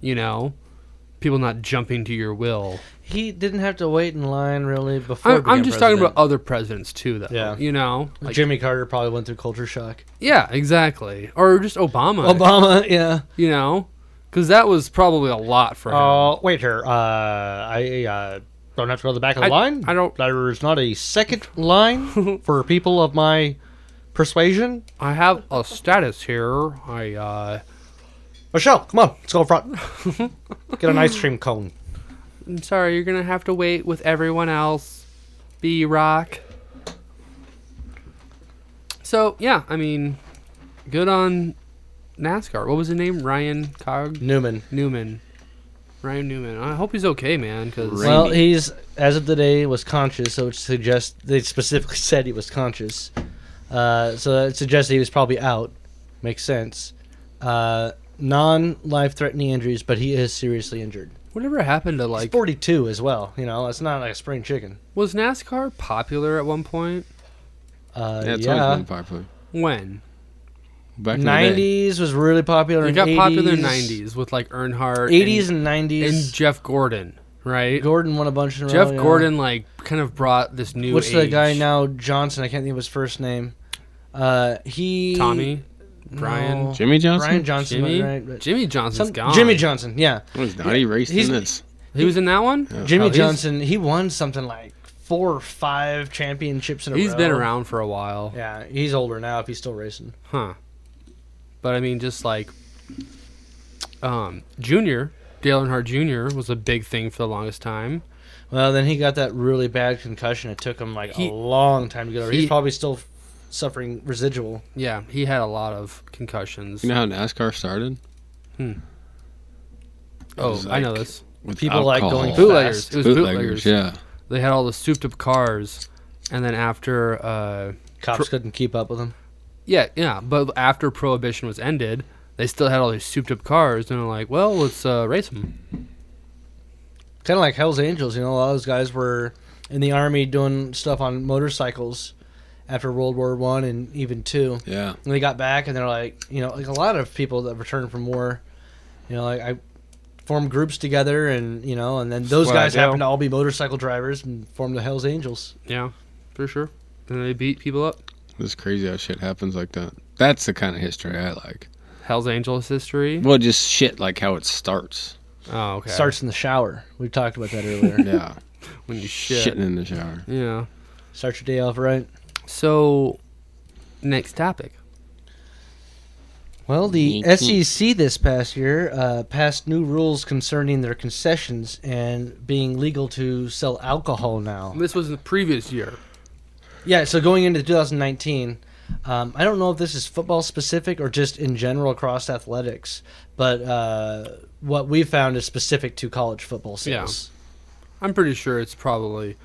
A: You know, people not jumping to your will.
C: He didn't have to wait in line really before.
A: I'm, I'm
C: being
A: just talking
C: president.
A: about other presidents too, though.
C: Yeah.
A: You know, like,
C: oh, Jimmy Carter probably went through culture shock.
A: yeah, exactly, or just Obama.
C: Obama, [LAUGHS] yeah.
A: You know, because that was probably a lot for him.
C: Oh, wait here. Uh, I uh, don't have to go to the back of the
A: I-
C: line.
A: I don't-
C: There is not a second [LAUGHS] line for people of my persuasion.
A: I have a status here. I uh,
C: Michelle, come on, let's go up front. [LAUGHS] Get an ice cream cone.
A: I'm sorry, you're gonna have to wait with everyone else. B Rock. So yeah, I mean, good on NASCAR. What was his name? Ryan Cog
C: Newman.
A: Newman. Ryan Newman. I hope he's okay, man. Because
B: Right.
C: Well,
B: Randy.
C: he's as of today was conscious, so it suggests they specifically [LAUGHS] said he was conscious. Uh, so it suggests he was probably out. Makes sense. Uh, non-life-threatening injuries, but he is seriously injured.
A: whatever happened to
C: He's
A: like
C: 42 as well. You know, it's not like a spring chicken.
A: Was NASCAR popular at one point?
C: Uh,
B: Yeah,
C: yeah,
B: it's always been popular.
A: When?
B: Back in the day,
C: 90s was really popular.
A: It
C: in
A: got
C: 80s,
A: popular in the 90s with like Earnhardt
C: 80s
A: and,
C: and 90s.
A: and Jeff Gordon, right?
C: Gordon won a bunch in a
A: Jeff
C: row, Oh, yeah.
A: Gordon like kind of brought this new
C: What's the
A: age.
C: guy now? Johnson. I can't think of his first name. Uh, he
A: Tommy, Brian,
C: No.
B: Jimmy Johnson.
C: Brian Johnson.
A: Jimmy.
C: Right, but-
A: Jimmy Johnson's
C: Some-
A: gone.
C: Jimmy Johnson, yeah.
B: Oh, he's not. He raced
C: He's-
B: in this.
A: He was in that one?
C: Jimmy
A: Oh, he's-
C: Johnson, he won something like four or five championships in a row.
A: He's been around for a while.
C: Yeah, he's older now if he's still racing.
A: Huh. But I mean just like um Junior, Dale Earnhardt Jr. was a big thing for the longest time.
C: Well, then he got that really bad concussion. It took him like
A: He-
C: a long time to get over.
A: he-
C: he's probably still f- suffering residual.
A: Yeah, he had a lot of concussions.
B: You know how NASCAR started?
A: oh,
B: It's
A: I know
B: like-
A: this.
B: With
C: People like going
B: alcohol.
A: Bootleggers.
C: Fast.
A: It was
B: bootleggers.
A: bootleggers.
B: Yeah.
A: they had all the souped up cars and then after uh
C: Cops couldn't keep up with him.
A: yeah yeah but after prohibition was ended they still had all these souped up cars and they're like well let's uh race them
C: Kind of like Hell's Angels, you know. A lot of those guys were in the army doing stuff on motorcycles after World War One and even two.
B: Yeah.
C: And they got back and they're like, you know, like a lot of people that returned from war, you know, like I formed groups together and, you know, and then those
A: what I
C: guys
A: do.
C: happened to all be motorcycle drivers and formed the Hells Angels.
A: yeah for sure and they beat people up
B: It's crazy how shit happens like that. That's the kind of history I like.
A: hell's angels history
B: Well, just shit like how it starts.
A: oh okay
C: Starts in the shower. We talked about that [LAUGHS] earlier.
B: Yeah.
A: when you shit
B: Shitting in the shower.
A: yeah
C: Start your day off right.
A: so next topic
C: Well, the
B: Mhm.
C: SEC this past year uh, passed new rules concerning their concessions and being legal to sell alcohol now.
A: this was the previous year
C: Yeah, so going into 2019, um, I don't know if this is football specific or just in general across athletics, but uh, what we found is specific to college football sales.
A: i'm pretty sure it's probably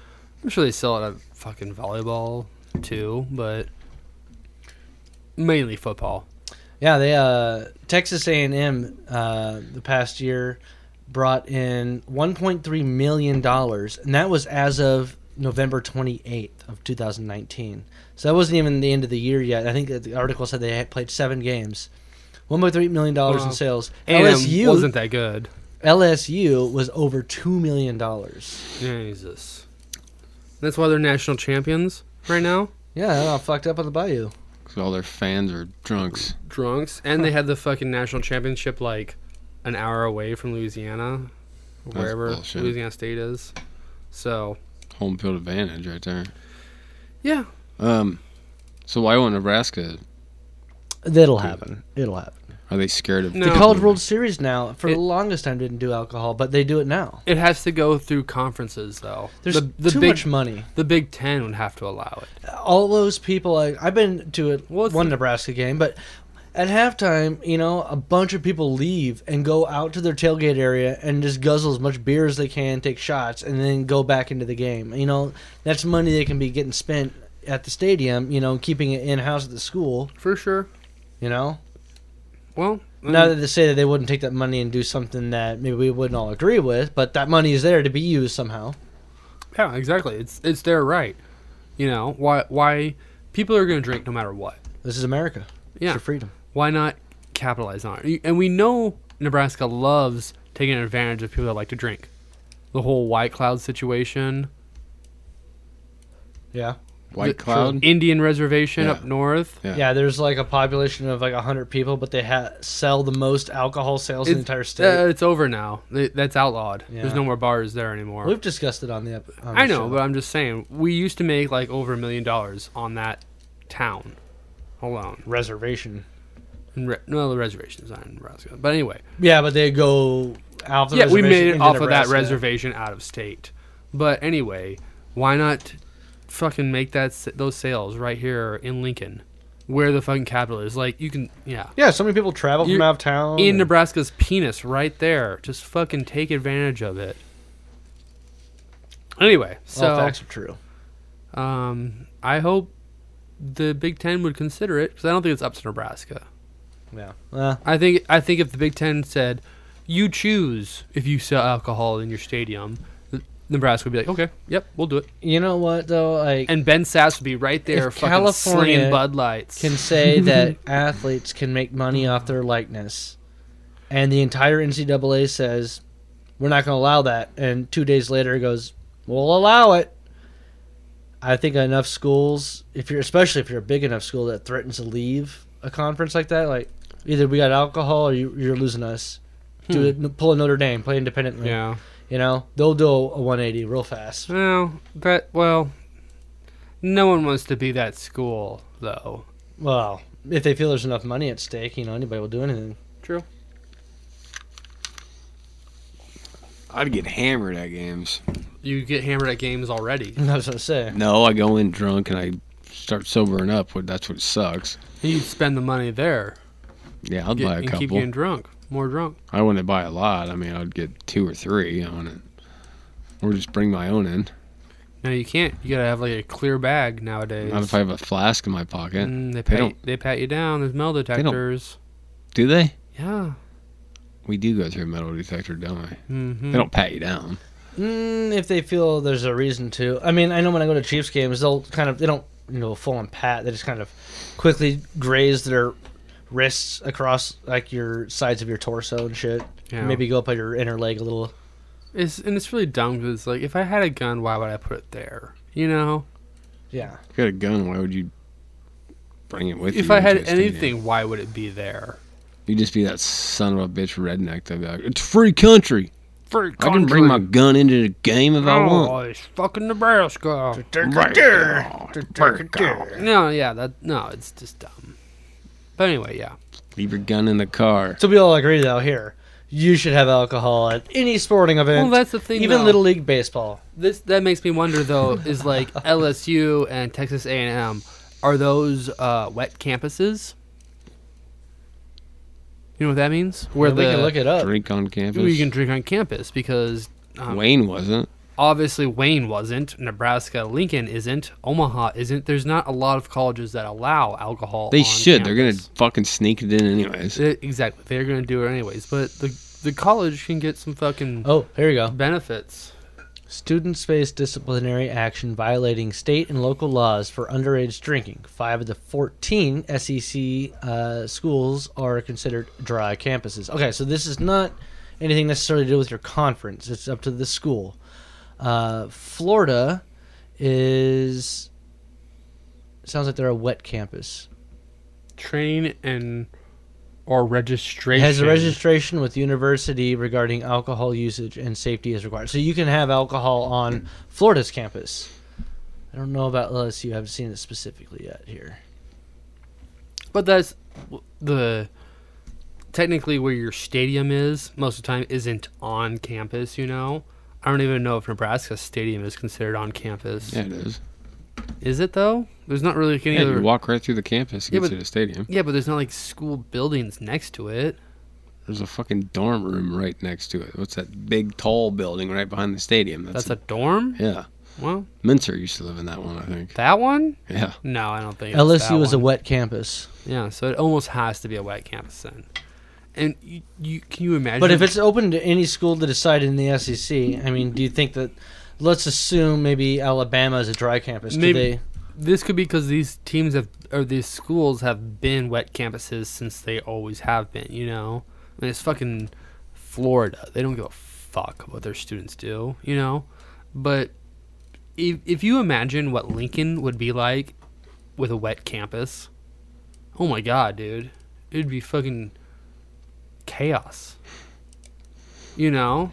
A: i'm sure they sell it at fucking volleyball too but mainly football
C: Yeah, they uh, Texas A&M uh, the past year brought in 1.3 million dollars, and that was as of November 28th of 2019. So that wasn't even the end of the year yet. I think that the article said they had played seven games. 1.3 million dollars
A: Wow.
C: in sales.
A: and
C: LSU
A: wasn't that good
C: LSU was over two million dollars.
A: Jesus. That's why they're national champions right now.
C: Yeah, they're all fucked up on the bayou.
B: 'Cause all their fans are drunks.
A: Drunks. And they had the fucking national championship like an hour away from Louisiana, wherever
B: bullshit.
A: Louisiana State is. So,
B: Home field advantage right there.
A: yeah.
B: Um, so why won't Nebraska?
C: That'll happen. It'll happen.
B: Are they scared of
A: No.
C: The College World Series now for
A: It-
C: the longest time didn't do alcohol, but they do it now.
A: It has to go through conferences, though.
C: There's
A: the, the
C: too
A: big,
C: much money.
A: The Big Ten would have to allow it.
C: All those people, like, I've been to a,
A: Well, it's
C: one
A: the-
C: Nebraska game, but at halftime, you know, a bunch of people leave and go out to their tailgate area and just guzzle as much beer as they can, take shots, and then go back into the game. You know, that's money they can be getting spent at the stadium. You know, keeping it in house at the school.
A: for sure.
C: You know,
A: Well, I
C: not
A: mean,
C: to say that they wouldn't take that money and do something that maybe we wouldn't all agree with, but that money is there to be used somehow.
A: yeah, exactly. It's it's their right. You know why why people are going to drink no matter what.
C: This is America.
A: Yeah.
C: It's your freedom.
A: why not capitalize on it? And we know Nebraska loves taking advantage of people that like to drink. The whole White Cloud situation,
C: Yeah.
A: the-
B: White Cloud.
A: Indian reservation
B: Yeah.
A: up north.
B: Yeah.
C: Yeah, there's like a population of like 100 people, but they ha- sell the most alcohol sales in the entire state.
A: Uh, it's over now. Th- That's outlawed.
C: Yeah.
A: There's no more bars there anymore.
C: We've discussed it on the ep- on
A: I
C: the
A: know,
C: show.
A: but I'm just saying we used to make like over a million dollars on that town alone.
C: reservation.
A: And Re- no, the reservation's not in Nebraska, but anyway.
C: Yeah, but they go out. The
A: yeah, we made
C: reservation
A: it
C: into
A: off of that
C: Nebraska.
A: reservation out of state. But anyway, why not fucking make that s- those sales right here in Lincoln, where the fucking capital is? Like you can, yeah,
C: Yeah, so many people travel from
A: You're
C: out of town.
A: in
C: and-
A: Nebraska's penis right there. Just fucking take advantage of it. Anyway,
C: all
A: so
C: Oh, facts are true.
A: um, I hope the Big Ten would consider it because I don't think it's up to Nebraska.
C: Yeah. Uh,
A: I think I think if the Big Ten said, "You choose if you sell alcohol in your stadium," th- Nebraska would be like, "Okay, yep, we'll do it."
C: you know what though? Like,
A: And Ben Sass would be right there,
C: If
A: fucking
C: California
A: slinging Bud Lights.
C: can say that athletes can make money off their likeness, and the entire NCAA says we're not going to allow that, and two days later it goes we'll allow it. I think enough schools, if you're especially if you're a big enough school that threatens to leave a conference like that, like either we got alcohol or you, you're losing us. Do it, pull a Notre Dame, play independently.
A: yeah.
C: You know they'll do a 180 real fast.
A: Well, that well, no one wants to be that school though.
C: Well, if they feel there's enough money at stake, you know anybody will do anything. [LAUGHS]
A: True.
B: I'd get hammered at games.
A: You get hammered at games already.
C: I was gonna say.
B: No, I go in drunk and I start sobering up. What that's what sucks.
A: You spend the money there
B: Yeah, I'd
A: get-
B: buy a
A: and keep
B: couple.
A: getting drunk, more drunk.
B: I wouldn't buy a lot. I mean, I'd get two or three on it, or just bring my own in.
A: No, you can't. You gotta have like a clear bag nowadays.
B: Not if I have a flask in my pocket.
A: Mm, they,
B: They
A: pat,
B: don't-
A: they pat you down. There's metal detectors.
B: Do they?
A: Yeah.
B: We do go through a metal detector, don't we?
A: Mm-hmm.
B: They don't pat you down.
C: Mm, if they feel there's a reason to. I mean, I know when I go to Chiefs games, they'll kind of they don't you know full on pat. They just kind of quickly graze their wrists across like your sides of your torso and shit.
A: Yeah.
C: Maybe go up by your inner leg a little.
A: It's and it's really dumb because it's like if I had a gun, why would I put it there? You know,
C: Yeah.
B: If you got a gun, why would you bring it with you?
A: if I had
B: and just in it?
A: anything, why would it be there?
B: you'd just be that son of a bitch redneck. That'd be like, it's free country.
A: Free
B: I can bring my gun into the game if
A: Oh,
B: I want.
A: it's fucking Nebraska. No, yeah, that no, it's just dumb. But anyway, yeah,
B: Leave your gun in the car.
C: So we all agree though here. You should have alcohol at any sporting event.
A: Well, that's the thing,
C: Even
A: though.
C: little league baseball.
A: this that makes me wonder though is
C: [LAUGHS]
A: like LSU and Texas A and M are those uh, wet campuses? You know what that means? Where
C: Where we
A: the
C: can look it up.
B: Drink on campus.
A: where Uh, you can drink on campus because um,
B: Wayne wasn't.
A: obviously Wayne wasn't, Nebraska, Lincoln isn't, Omaha isn't. There's not a lot of colleges that allow alcohol.
B: They
A: on
B: should. They're gonna
A: campus.
B: fucking sneak it in anyways.
A: They- exactly. They're gonna do it anyways. But the the college can get some fucking
C: Oh, here we go.
A: benefits.
C: Students face disciplinary action violating state and local laws for underage drinking. Five of the 14 SEC uh, schools are considered dry campuses. Okay, so this is not anything necessarily to do with your conference, it's up to the school. Uh, Florida is. Sounds like they're a wet campus.
A: Train and or
C: It
A: registration.
C: has a registration with the university regarding alcohol usage and safety is required. So you can have alcohol on Florida's campus. I don't know about LSU. I haven't seen it specifically yet here.
A: But that's the technically where your stadium is most of the time isn't on campus. You know, I don't even know if Nebraska's stadium is considered on campus.
B: Yeah, it is.
A: Is it though? There's not really like any
B: Yeah,
A: other.
B: you walk right through the campus to
A: Yeah,
B: get
A: but-
B: to the stadium.
A: yeah, but there's not like school buildings next to it.
B: There's a fucking dorm room right next to it. What's that big tall building right behind the stadium?
A: That's, a, dorm.
B: yeah.
A: Well,
B: Mincer used to live in that one, I think.
A: that one?
B: Yeah.
A: No, I don't think it's that
C: LSU was a
A: one.
C: wet campus.
A: yeah. So it almost has to be a wet campus then. And you, you can you imagine?
C: But if it's open to any school to decide in the SEC, I mean, do you think that? Let's assume maybe Alabama is a dry campus. Could
A: Maybe-
C: they?
A: this could be because these teams have or these schools have been wet campuses since they always have been. You know, I mean it's fucking Florida. They don't give a fuck what their students do. You know, but if if you imagine what Lincoln would be like with a wet campus, oh my god, dude, it'd be fucking chaos. You know.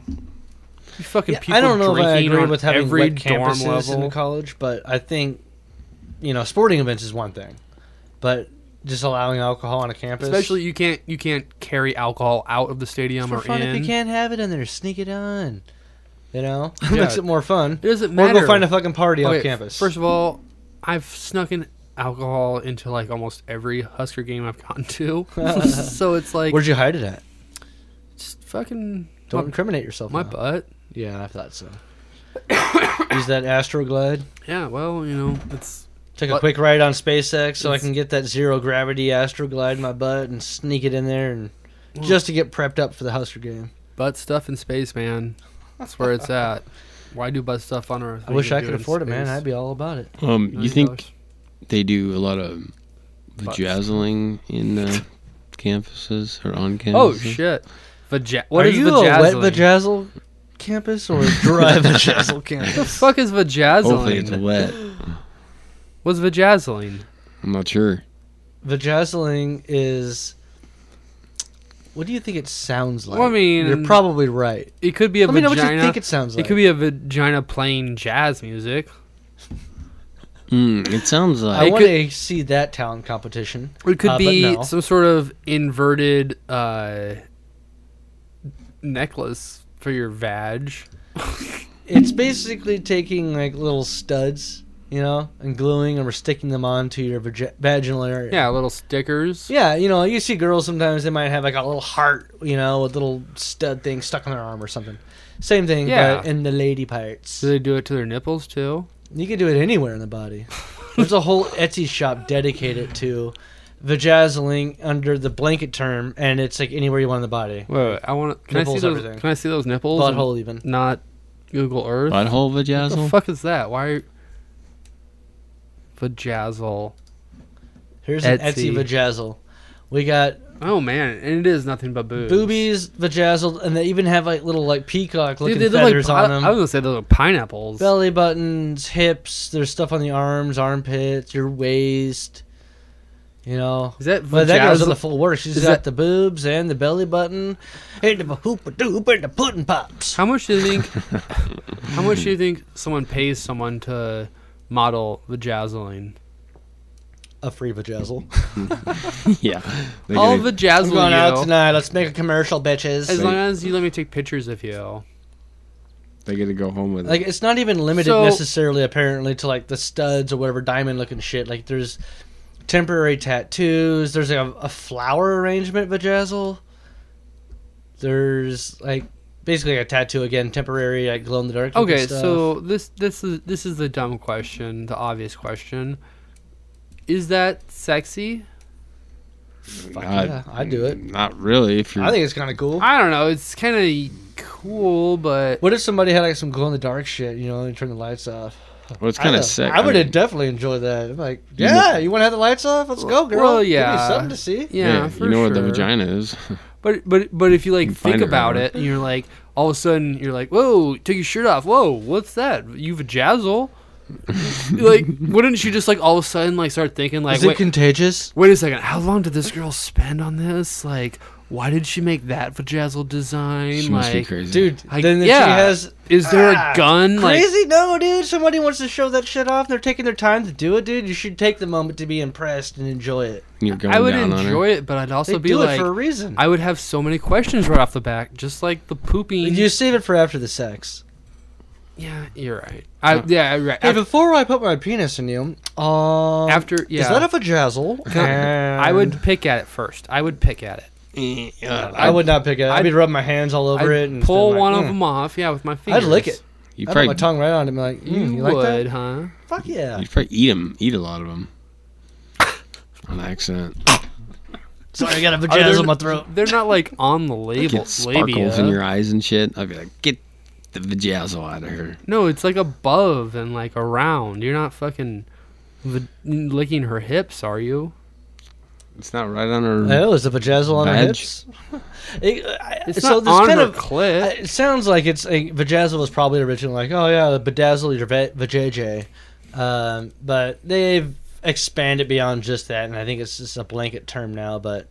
A: Be Fucking
C: Yeah,
A: people
C: I don't know if I
A: drinking
C: agree
A: on
C: with having
A: every
C: wet
A: dorm
C: campuses
A: level.
C: in college, but I think you know sporting events is one thing, but just allowing alcohol on a campus,
A: Especially you can't you can't carry alcohol out of the stadium
C: It's for
A: or
C: fun
A: in.
C: if you can't have it in there, sneak it on. You know,
A: [LAUGHS] Yeah.
C: makes it more fun.
A: It doesn't
C: Or
A: matter.
C: go find a fucking party
A: Okay,
C: off campus. [LAUGHS]
A: First of all, I've snuck in alcohol into like almost every Husker game I've gone
C: [LAUGHS]
A: to. so it's like
C: Where'd you hide it at?
A: just fucking
C: Don't
A: my,
C: incriminate yourself.
A: my
C: now.
A: butt.
C: Yeah,
A: [COUGHS]
C: I thought so. Use that Astroglide.
A: Yeah, well, you know, it's
C: Took a
A: What?
C: quick ride on SpaceX so I
A: It's-
C: can get that zero gravity Astroglide in my butt and sneak it in there and
A: Well-
C: just to get prepped up for the Husker game.
A: butt stuff in space, man. That's where it's at. Why do butt stuff on Earth?
C: I wish I could afford it, man. I'd be all about it.
B: Um, you think they do a lot of vajazzling
A: [LAUGHS]
B: in uh, campuses or on
A: Oh
B: campus?
A: shit! Vaja- what
C: Are
A: is
C: you a
A: vajazzling?
C: wet vajazzle
A: [LAUGHS]
C: campus or a dry vajazzle campus?
A: the fuck is
B: Hopefully it's
A: vajazzling?
B: wet.
A: What's vajazzling?
B: I'm not sure.
C: Vajazzling is. What do you think it sounds like?
A: Well, I mean-
C: you're probably right.
A: It could be a
C: Let me know
A: vagina.
C: what you think it sounds like.
A: It could be a vagina playing jazz music.
B: Mm, it sounds
C: I
A: it
B: like
C: want
A: could-
C: to see that talent competition.
A: It could
C: Uh, but
A: be
C: no.
A: some sort of inverted uh, necklace for your vag.
C: It's basically taking like little studs, you know, and gluing them or sticking them onto your vag- vaginal area.
A: Yeah, little stickers.
C: Yeah, you know, you see girls sometimes they might have like a little heart, you know, with little stud thing stuck on their arm or something. Same thing,
A: Yeah.
C: but in the lady parts.
A: Do they do it to their nipples too?
C: You can do it anywhere in the body. There's a whole Etsy shop dedicated to vajazzling under the blanket term, and it's like anywhere you want in the body,
A: Wait, wait I want. Can I see
C: Nipples,
A: those?
C: everything.
A: Can I see those nipples? and
C: butthole even.
A: Not Google Earth.
B: butthole
A: What the
B: vajazzle.
A: fuck is that? Why? Are... Vajazzle.
C: Here's an
A: Etsy.
C: Etsy vajazzle. We got
A: Oh man, and it is nothing but boobs.
C: boobies vajazzled, and they even have like little like peacock looking
A: Dude, they look like.
C: feathers
A: pi-
C: on them.
A: I was gonna say those are pineapples.
C: Belly buttons, hips. There's stuff on the arms, armpits, your waist. You know.
A: Is that
C: But that girl's
A: vajazzle-
C: the full work. She's
A: is
C: got
A: that-
C: the boobs and the belly button, and the hoopa doop and the pudding pops.
A: How much do you
B: [LAUGHS]
A: think? how much do you think someone pays someone to model the vajazzling?
C: A free vajazzle.
A: [LAUGHS]
B: [LAUGHS] yeah. They
A: All
B: do-
A: the
C: I'm going out
A: jazzling.
C: tonight. Let's make a commercial,
A: As
C: bitches.
A: long as you let me take pictures of you.
B: They get to go home with
C: Like
B: it.
C: it's not even limited
A: So-
C: necessarily, apparently, to like the studs or whatever diamond looking shit. Like there's temporary tattoos. There's like, a, a flower arrangement vajazzle. There's like basically a tattoo again, temporary, like glow in the dark.
A: Okay, so this this is this is the dumb question, the obvious question. Is that sexy?
C: fuck
B: I-
C: yeah, I'd do it.
B: Not really. If you're,
C: I think it's kind of cool.
A: I don't know. It's kind of cool, but
C: What if somebody had like some glow in the dark shit, you know, and turn the lights off?
B: well, it's kind
C: I
B: of
C: don't-
B: sick.
C: I would have
B: mean,
C: definitely enjoyed that. I'm like,
B: You
C: yeah, you want to have the lights off? Let's go, girl.
A: well,
C: Give me
A: yeah.
C: something to see.
A: yeah,
B: hey,
A: for
B: you know
A: sure.
B: what the vagina is. [LAUGHS]
A: But but but if you like
B: You find
A: think
B: it right
A: about
B: away.
A: it, and you're like all of a sudden you're like, whoa, take your shirt off. Whoa, what's that? You
B: [LAUGHS]
A: vajazzle? like, wouldn't you just like all of a sudden like start thinking like,
C: Is it
A: wait,
C: contagious?
A: wait a second, how long did this girl spend on this? Like, why did she make that vajazzle design?
B: she must be
A: like,
B: crazy,
C: Dude,
A: I-
C: then she
A: yeah.
C: has
A: is there
C: Ah,
A: a gun? Like,
C: Crazy? No, dude. Somebody wants to show that shit off. They're taking their time to do it, dude. You should take the moment to be impressed and enjoy it.
B: And You're going
A: I would
B: down on her.
A: enjoy it, but I'd
C: They
A: also be
C: do
A: like,
C: it for a reason.
A: I would have so many questions right off the back, just like the pooping.
C: you save it for after the sex.
A: Yeah, you're right. I, yeah, you're right.
C: Hey,
A: After,
C: before I put my penis in you, um,
A: after-
C: is
A: yeah,
C: that a vajazzle?
A: I would pick at it first. I would pick at it.
B: Eh, uh,
C: I would not pick it. I'd,
A: I'd-
C: be rub my hands all over
A: I'd
C: it and
A: pull
C: like,
A: one of
C: "Mm."
A: them off. Yeah, with my
C: I'd
A: fingers.
C: lick it.
B: You
C: I'd put
B: probably
C: my tongue right on it and be like, mm,
A: You,
C: you, like
A: would,
C: that?
A: huh?
C: Fuck yeah.
B: You'd probably eat them. Eat a lot of them. On accident.
C: Sorry, I got a
A: Are
C: vajazz
A: there-
C: in my throat.
A: They're not like on the label.
B: Get sparkles
A: labia.
B: in your eyes and shit. I'd be like, get the vajazzle out of her.
A: No, it's like above and like around. You're not fucking v- licking her hips, are you?
B: It's not right on her.
C: Oh, is the vajazzle on her
B: Vag.
C: hips? [LAUGHS] It- I-
A: It's
C: so
A: not
C: this
A: on
C: kind
A: her
C: of
A: clit.
C: I- Uh, it sounds like it's a vajazzle was probably originally like, oh yeah, bedazzle your va- vajayjay, um, but they've expanded beyond just that, and I think it's just a blanket term now. But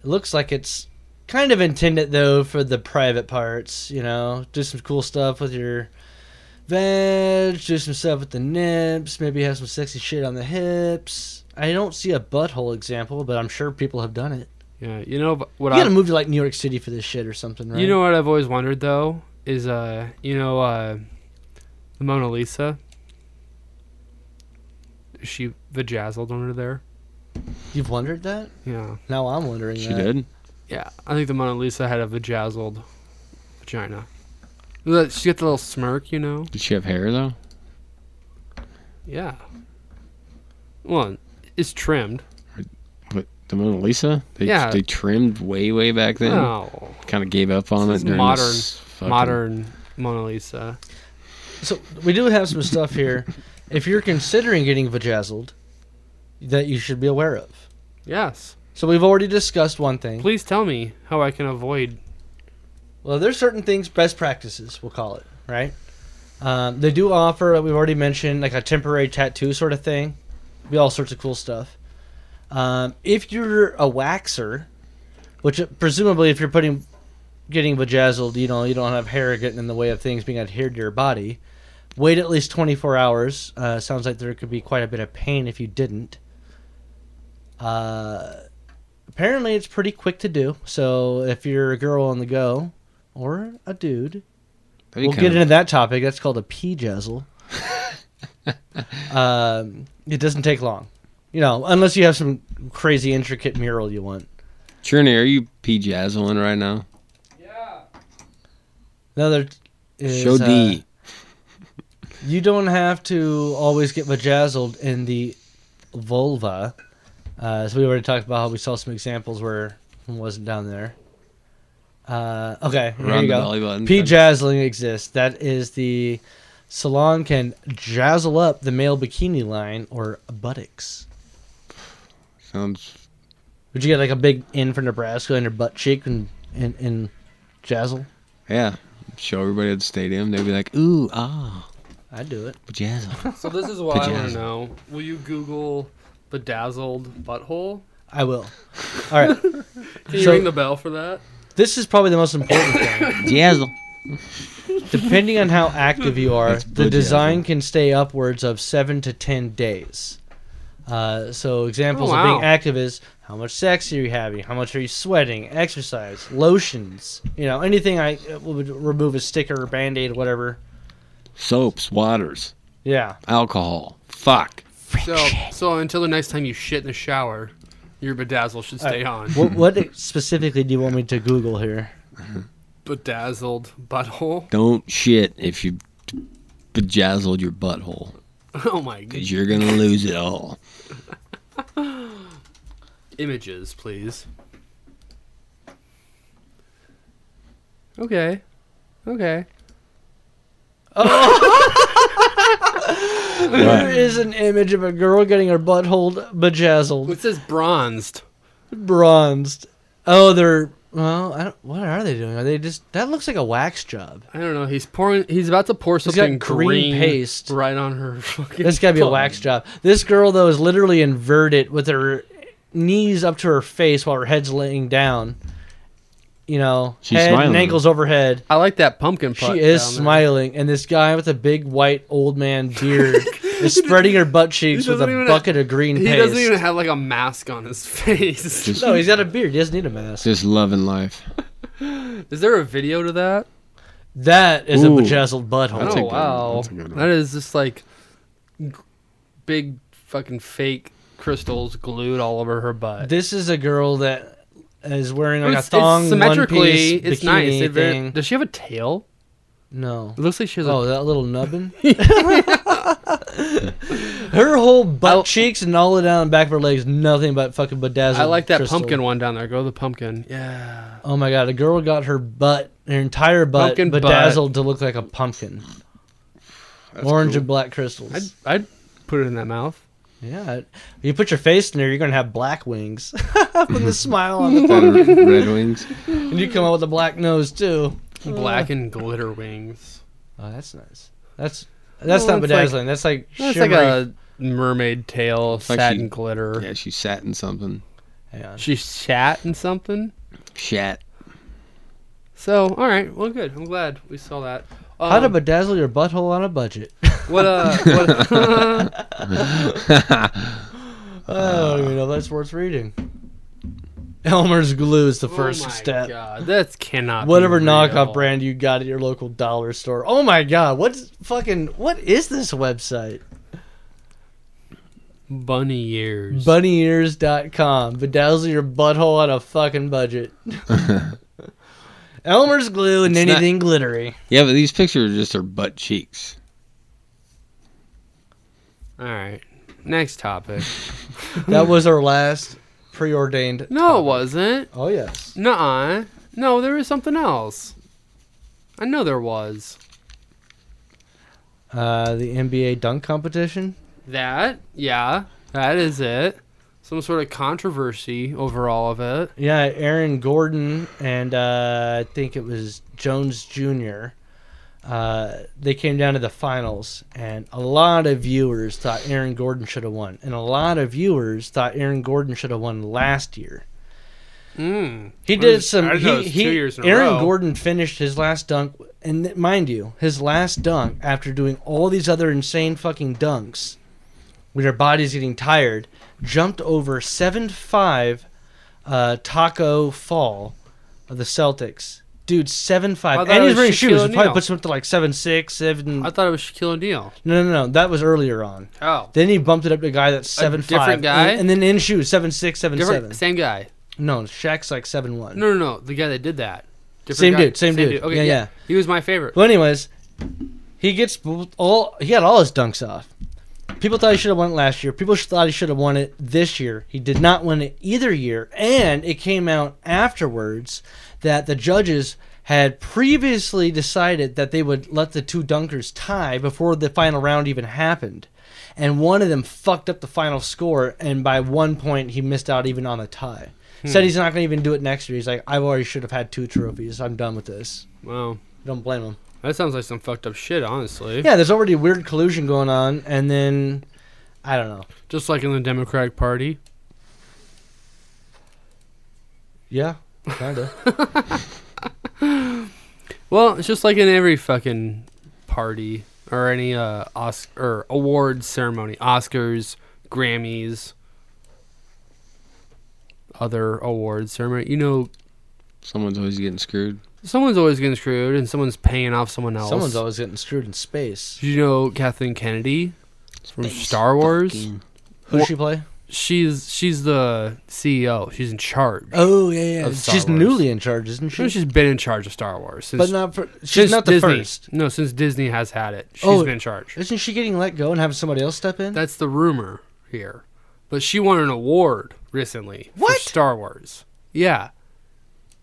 C: it looks like it's kind of intended though for the private parts. You know, do some cool stuff with your veg, do some stuff with the nips, maybe have some sexy shit on the hips. I don't see a butthole example, but I'm sure people have done it.
A: yeah, you know but what
C: You
A: I.
C: gotta move to like New York City for this shit or something, right?
A: You know what I've always wondered though is uh you know uh the Mona Lisa. Is she vajazzled under there?
C: You've wondered that?
A: Yeah,
C: Now I'm wondering.
B: She
C: that.
B: did?
A: yeah. I think the Mona Lisa had a vajazzled vagina. Look, She got the little smirk, you know.
B: Did she have hair, though?
A: Yeah. Well, it's trimmed.
B: But the Mona Lisa? They,
A: Yeah.
B: They trimmed way, way back then.
A: No.
B: Kind of gave up on
A: This is
B: it. during
A: modern-
B: this fucking-
A: modern Mona Lisa.
C: So we do have some stuff here. If you're considering getting vajazzled, that you should be aware of.
A: Yes.
C: So we've already discussed one thing.
A: Please tell me how I can avoid.
C: Well, there's certain things, best practices, we'll call it, right? Um, they do offer, we've already mentioned, like a temporary tattoo sort of thing. Be all sorts of cool stuff. Um, if you're a waxer, which presumably if you're putting, getting vajazzled, you know, you don't have hair getting in the way of things being adhered to your body. Wait at least 24 hours. Uh, sounds like there could be quite a bit of pain if you didn't. Uh, apparently, it's pretty quick to do. So if you're a girl on the go or a dude,
B: That'd be
C: we'll
B: kinda-
C: get into that topic. That's called a pee
B: [LAUGHS]
C: jazzle. um, it doesn't take long, you know, unless you have some crazy intricate mural you want.
B: Journey, are you pee jazzling right now?
C: Another t- is,
B: Show
C: uh,
B: D.
C: you don't have to always get vajazzled in the vulva. Uh, so we already talked about how we saw some examples where it wasn't down there. Uh, okay, here
B: Around
C: you
B: the
C: go.
B: belly button.
C: P jazzling exists. That is the salon can jazzle up the male bikini line or buttocks.
B: Sounds
C: Would you get like a big in for Nebraska in your butt cheek and and, and jazzle?
B: Yeah. Show everybody at the stadium. They'd be like, ooh, ah,
C: I'd do it. [LAUGHS]
B: vajazzle.
A: So this [LAUGHS] is what I want
B: Vajazzled.
A: to know. Will you Google bedazzled butthole?
C: I will. All right. [LAUGHS]
A: Can you
C: So-
A: ring the bell for that?
C: this is probably the most important thing.
B: Jazzle.
C: Depending on how active you are,
B: That's
C: the
B: blue
C: design can stay upwards of seven to ten days. Uh, so examples
A: Oh,
C: of
A: wow.
C: being active is how much sex are you having, how much are you sweating, exercise, lotions, you know, anything I uh, would remove a sticker or band aid, whatever.
B: Soaps, waters,
C: Yeah.
B: alcohol. Fuck.
A: So, so until the next time you shit in the shower, your bedazzle should stay on.
C: what, what specifically do you want me to Google here?
A: Bedazzled butthole. [LAUGHS]
B: Don't shit if you bejazzled your butthole.
A: Oh my god.
B: Because you're going to lose it
C: [LAUGHS]
B: all.
A: Images, please. Okay. Okay.
C: There is an image of a girl getting her butthole bejazzled,
A: It says bronzed.
C: bronzed. Oh, they're well. I don't, what are they doing? Are they just? That looks like a wax job.
A: I don't know. He's pouring. He's about to pour
C: got
A: something
C: green paste.
A: right on her fucking.
C: That's gotta be a
A: bum.
C: wax job. This girl though is literally inverted with her knees up to her face while her head's laying down. You know,
B: She's
C: head and
B: smiling.
C: ankles overhead.
A: I like that pumpkin putt.
C: She is
A: down there.
C: smiling, and this guy with a big white old man
A: [LAUGHS]
C: beard is spreading her butt cheeks with
A: doesn't
C: a
A: even-
C: bucket of green
A: He
C: paste.
A: doesn't even have like a mask on his [LAUGHS] face.
B: Just,
C: no, he's got a beard. He doesn't need a mask.
B: just loving life.
A: is there a video to that?
C: That is
B: Ooh.
C: a bejazzled butthole.
B: That's a
A: oh
B: good one.
A: wow,
B: That's a good one.
A: that is just like g- big fucking fake crystals glued all over her butt.
C: This is a girl that is wearing like
A: It's-
C: a
A: it's
C: thong, one
A: symmetrically,
C: piece,
A: it's nice. It very-
C: thing.
A: does she have a tail?
C: No.
A: It looks like she has
C: Oh, that little nubbin. [LAUGHS] her whole butt
A: I-
C: cheeks and all the down the back of her legs, nothing but fucking
A: a.
C: bedazzled.
A: I like that
C: crystal.
A: pumpkin one down there. Go to the pumpkin. Yeah.
C: Oh my god, a girl got her butt, her entire butt,
A: Pumpkin butt.
C: bedazzled to look like a pumpkin.
B: That's
C: Orange
B: cool.
C: and black crystals.
A: I'd, I'd put it in that mouth.
C: Yeah, you put your face in there, you're gonna have black wings [LAUGHS] with a smile on the
B: Got r-
C: [LAUGHS]
B: red wings.
C: and you come out with a black nose too.
A: Black and glitter wings.
C: Oh, that's nice. That's that's
A: Well,
C: not
A: it's like-
C: bedazzling. that's like
A: That's
C: shimmery.
A: like a mermaid tail,
B: like
A: satin
B: she-
A: glitter.
B: Yeah, she sat in something.
C: Hang on.
A: She shat in something.
B: Shat.
A: So, all right, well, good. I'm glad we saw that. Um,
C: How to bedazzle your butthole on a budget?
A: what? [LAUGHS] Uh, what [LAUGHS]
B: [LAUGHS]
C: I don't even Oh, know if that's worth reading. Elmer's glue is the first
A: oh my
C: step.
A: God, that cannot. be
C: Whatever
A: real.
C: knockoff brand you got at your local dollar store. Oh my god, what's fucking what is this website?
A: Bunny ears.
C: Bunnyears.com. Bedazzle your butthole on a fucking budget. Elmer's glue and
B: It's not-
C: anything glittery.
B: Yeah, but these pictures are just her butt cheeks.
A: all right, next topic.
C: That was our last preordained.
A: [LAUGHS] No, it wasn't.
C: Oh yes.
A: Nuh-uh. No, there was something else. I know there was
C: Uh, the NBA dunk competition.
A: that. Yeah, that is it. Some sort of controversy over all of it.
C: Yeah, Aaron Gordon and uh, I think it was Jones Jr. Uh, they came down to the finals, and a lot of viewers thought Aaron Gordon should have won, and a lot of viewers thought Aaron Gordon should have won last year.
A: Mm.
C: He
A: Well,
C: did some.
A: I didn't know it
C: He,
A: was
C: he,
A: two years in a
C: Aaron
A: row.
C: Gordon finished his last dunk, and th- mind you, his last dunk after doing all these other insane fucking dunks, when her body's getting tired, jumped over seven five, uh, Taco Fall, of the Celtics. Dude, seven
A: I
C: five,
A: thought
C: and
A: it
C: he's
A: was
C: wearing shoes.
A: Shaquille
C: It probably
A: O'Neal.
C: puts him up to like seven six, seven.
A: I thought it was Shaquille O'Neal.
C: no, no, no, that was earlier on.
A: Oh,
C: Then he bumped it up to a guy that's seven
A: different guy?
C: and, and then in shoes seven six, seven
A: different.
C: seven.
A: Same guy.
C: No, Shaq's like seven one.
A: No, no, no. The guy that did that. Different
C: Same
A: guy.
C: dude, same dude.
A: Okay,
C: Yeah,
A: yeah,
C: yeah.
A: He was my favorite.
C: Well, anyways, he gets all he had all his dunks off. People thought he should have won it last year. People thought he should have won it this year. He did not win it either year, and it came out afterwards that the judges had previously decided that they would let the two dunkers tie before the final round even happened. And one of them fucked up the final score, and by one point he missed out even on the tie. Said he's not going to even do it next year. He's like, I've already should have had two trophies. I'm done with this.
A: Wow,
C: Don't blame him.
A: that sounds like some fucked up shit, honestly.
C: Yeah, there's already weird collusion going on, and then I don't know.
A: Just like in the Democratic Party.
C: Yeah,
A: [LAUGHS]
C: kinda.
A: Well, it's just like in every fucking party or any uh Os- or awards ceremony, Oscars, Grammys, other awards ceremony. You know,
B: Someone's always getting screwed.
A: someone's always getting screwed, and someone's paying off someone else.
C: Someone's always getting screwed in space.
A: Did you know Kathleen Kennedy from Star Wars?
B: Fucking-
C: Who
A: Wha-
C: does she play?
A: She's she's the CEO. She's in charge.
C: Oh yeah, yeah.
A: Of Star
C: She's
A: Wars.
C: newly in charge, isn't
A: No,
C: she?
A: she's been in charge of Star Wars since.
C: but not for. She's
A: since
C: not the
A: Disney.
C: first.
A: No, since Disney has had it, she's
C: Oh.
A: been in charge.
C: Isn't she getting let go and having somebody else step in?
A: That's the rumor here. But she won an award recently
C: What?
A: for Star Wars. Yeah,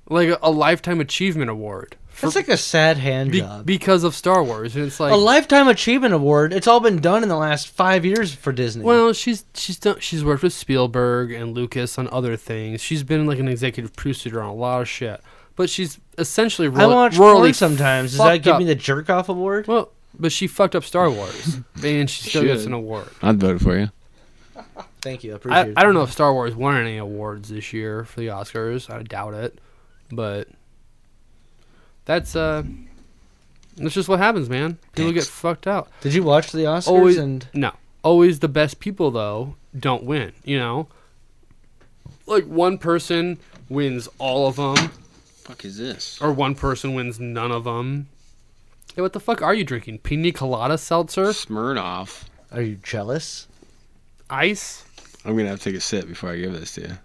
A: like a, a lifetime achievement award for
C: That's like a sad hand
A: be-
C: job.
A: because of Star Wars, and it's like.
C: a lifetime achievement award. It's all been done in the last five years for Disney.
A: well, she's she's done, she's worked with Spielberg and Lucas on other things. She's been like an executive producer on a lot of shit, but she's essentially
C: I
A: royal,
C: watch
A: royally
C: porn sometimes. Does that
A: fucked
C: give
A: up.
C: me the jerk off award?
A: Well, but she fucked up Star
C: [LAUGHS]
A: Wars, and she still gets
B: Should.
A: an award.
B: I'd vote for you.
C: Thank you. I appreciate
A: I,
C: it.
A: I don't know if Star Wars won any awards this year for the Oscars. I doubt it, but that's uh, that's just what happens, man. People
B: Thanks.
A: get fucked out.
C: Did you watch the Oscars?
A: Always-
C: and
A: No, always the best people though don't win. You know, like one person wins all of them,
B: Fuck is this?
A: or one person wins none of them. Yeah, what the fuck are you drinking? Pina colada seltzer?
B: Smirnoff.
C: Are you jealous?
A: Ice?
B: I'm gonna have to take a sip before I give this to you.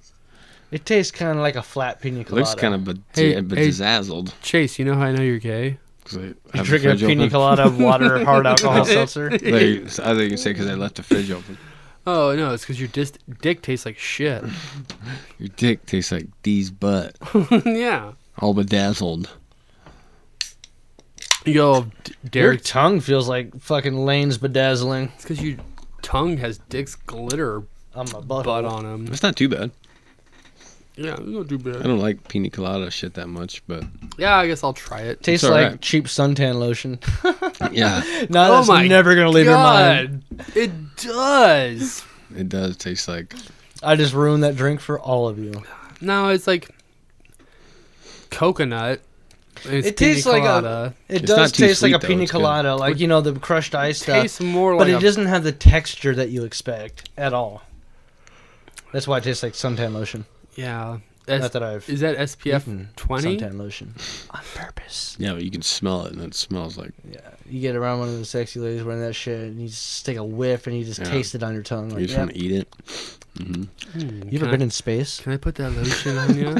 C: It tastes kind of like a flat pina
B: It
C: colada.
B: looks kind of bed-
A: Hey,
B: bed-
A: hey.
B: bedazzled.
A: Chase, you know how I know you're gay?
B: 'cause I have
C: You
B: the
C: drink a
B: fridge
C: pina
B: open.
C: colada, [LAUGHS] water, hard alcohol seltzer.
B: Like, I thought you could say because I left the fridge open.
A: Oh, no, it's because your dis- dick tastes like shit. [LAUGHS]
B: Your dick tastes like Dee's butt,
A: yeah.
B: all bedazzled.
A: Yo, D-
C: Your
A: Derek,
C: tongue feels like fucking lanes bedazzling
A: it's because your tongue has dick's glitter
C: on my butt.
A: butt on him.
B: It's not too bad.
A: Yeah, it's not too
B: I
A: bad.
B: don't like pina colada shit that much, but
A: Yeah, I guess I'll try it.
C: Tastes
B: It's all
C: like
B: right.
C: cheap suntan lotion.
B: yeah,
C: [LAUGHS] no, that's never gonna leave your mind.
A: God, It does.
B: it does taste like.
C: I just ruined that drink for all of you.
A: No, it's like coconut. It's
C: It tastes
A: pina
C: like a-
A: colada.
C: It
B: It's
C: does
B: not too
C: taste
B: sweet,
C: like a
B: though.
C: pina
B: It's good.
C: colada, like you know the crushed ice stuff,
A: tastes more
C: but
A: like
C: it
A: a-
C: doesn't have the texture that you expect at all. That's why it tastes like suntan lotion.
A: yeah. S-
C: Not that I've
A: is that SPF
C: eaten
A: twenty?
C: suntan lotion on purpose.
B: Yeah, but you can smell it, and it smells like.
C: You get around one of the sexy ladies wearing that shit, and you just take a whiff, and you just
B: Yeah.
C: taste it on your tongue.
B: You
C: Like,
B: just
C: yep.
B: want to eat it. hmm
A: Hmm,
C: You
A: can
C: ever
A: I-
C: been
A: [LAUGHS]
C: in space?
A: Can I put that lotion on
C: [LAUGHS]
A: you?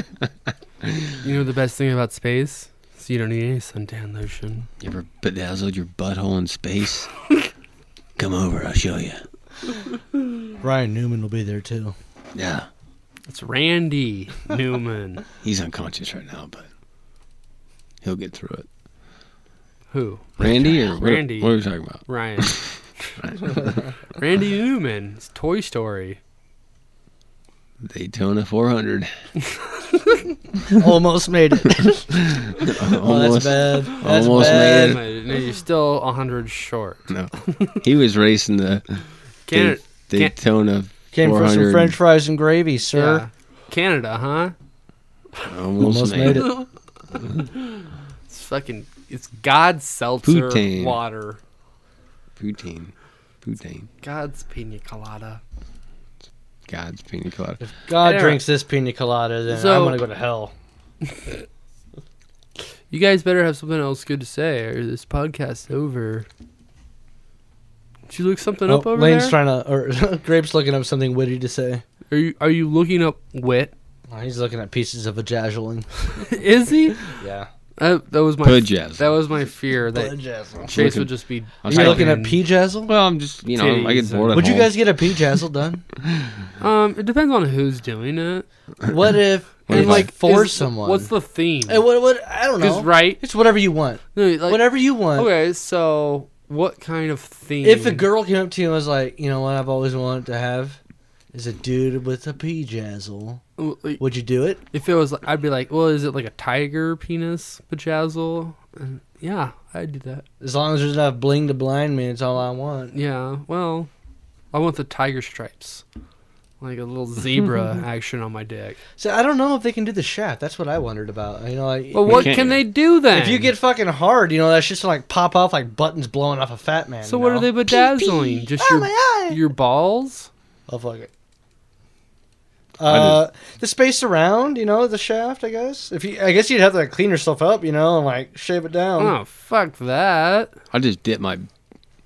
A: you know the best thing about space? So you don't need any suntan lotion.
B: You ever bedazzled your butthole in
C: [LAUGHS]
B: space? Come over, I'll show you.
C: Ryan Newman will be there too.
B: Yeah,
A: It's Randy
C: [LAUGHS]
A: Newman.
B: he's unconscious right now, but he'll get through it.
A: Who?
B: Randy or what-
A: Randy.
B: What are we talking about?
A: Ryan. [LAUGHS] Randy Newman. It's Toy Story.
B: Daytona 400.
C: [LAUGHS] Almost
B: [LAUGHS]
C: made it. [LAUGHS] oh, that's bad. That's
B: almost
C: bad.
B: made
A: No, you're still 100 short.
B: No, he was racing
C: [LAUGHS]
B: the
A: Canada,
B: Day-
A: can't-
B: Daytona
C: Came for some
B: 400.
C: French fries and gravy, sir.
A: yeah. Canada, huh?
B: Almost, made, it.
A: It's fucking. It's God's seltzer
B: Poutine.
A: water.
B: Poutine. Poutine.
A: God's pina colada.
B: God's pina colada.
C: If God
A: Yeah.
C: drinks this pina colada, then
A: So-
C: I'm gonna go to hell.
A: You guys better have something else good to say, or this podcast's over. Did you look something up
C: Oh,
A: over
C: Lane's
A: there?
C: trying to, or [LAUGHS] Grape's looking up something witty to say.
A: are you are you looking up wit? [LAUGHS]
C: Oh, he's looking at pieces of a jazzling.
A: Is he?
C: [LAUGHS] Yeah,
A: That, that was my
B: Pudjazz.
A: that was my fear that
C: jazzle.
A: Chase
B: looking-
A: would just be.
B: I
C: Are
B: was
C: you looking
B: typing-
C: at pea jazzle?
B: Well, I'm just, you know, I
A: Titties
B: get bored at
C: Would you
B: home.
C: guys get a pea
B: [LAUGHS]
C: jazzle done?
A: Um, it depends on who's doing it
C: What if
B: What
C: and
B: if
C: like
B: I-
C: for
A: Is-
C: someone?
A: What's the theme?
C: Hey, what, what? I don't know.
A: Because right,
C: It's whatever you want.
A: no, like,
C: whatever you want.
A: Okay, so what kind of theme?
C: If a girl came up to you and was like, you know what, I've always wanted to have is a dude with a pea jazzle,
A: Like,
C: would you do it?
A: if it was, like, I'd be like, well, is it like a tiger penis bejazzle? And yeah, I'd do that.
C: As long as there's enough bling to blind me, it's all I want.
A: Yeah, well, I want the tiger stripes, like a little
C: [LAUGHS]
A: zebra action on my dick.
C: So I don't know if they can do the shaft. That's what I wondered about. You know, like
A: Well, what
B: can't-
A: can they do then?
C: if you get fucking hard, you know, that shit's gonna like pop off like buttons blowing off a fat man.
A: so,
C: you
A: what
C: know?
A: are they bedazzling? Just
C: Oh
A: your
C: my eye!
A: your balls?
C: Oh fuck it.
B: I
C: Uh, the space around, you know, the shaft. I guess if you, I guess you'd have to like, clean yourself up, you know, and like shave it down.
A: oh, fuck that!
B: I just dip my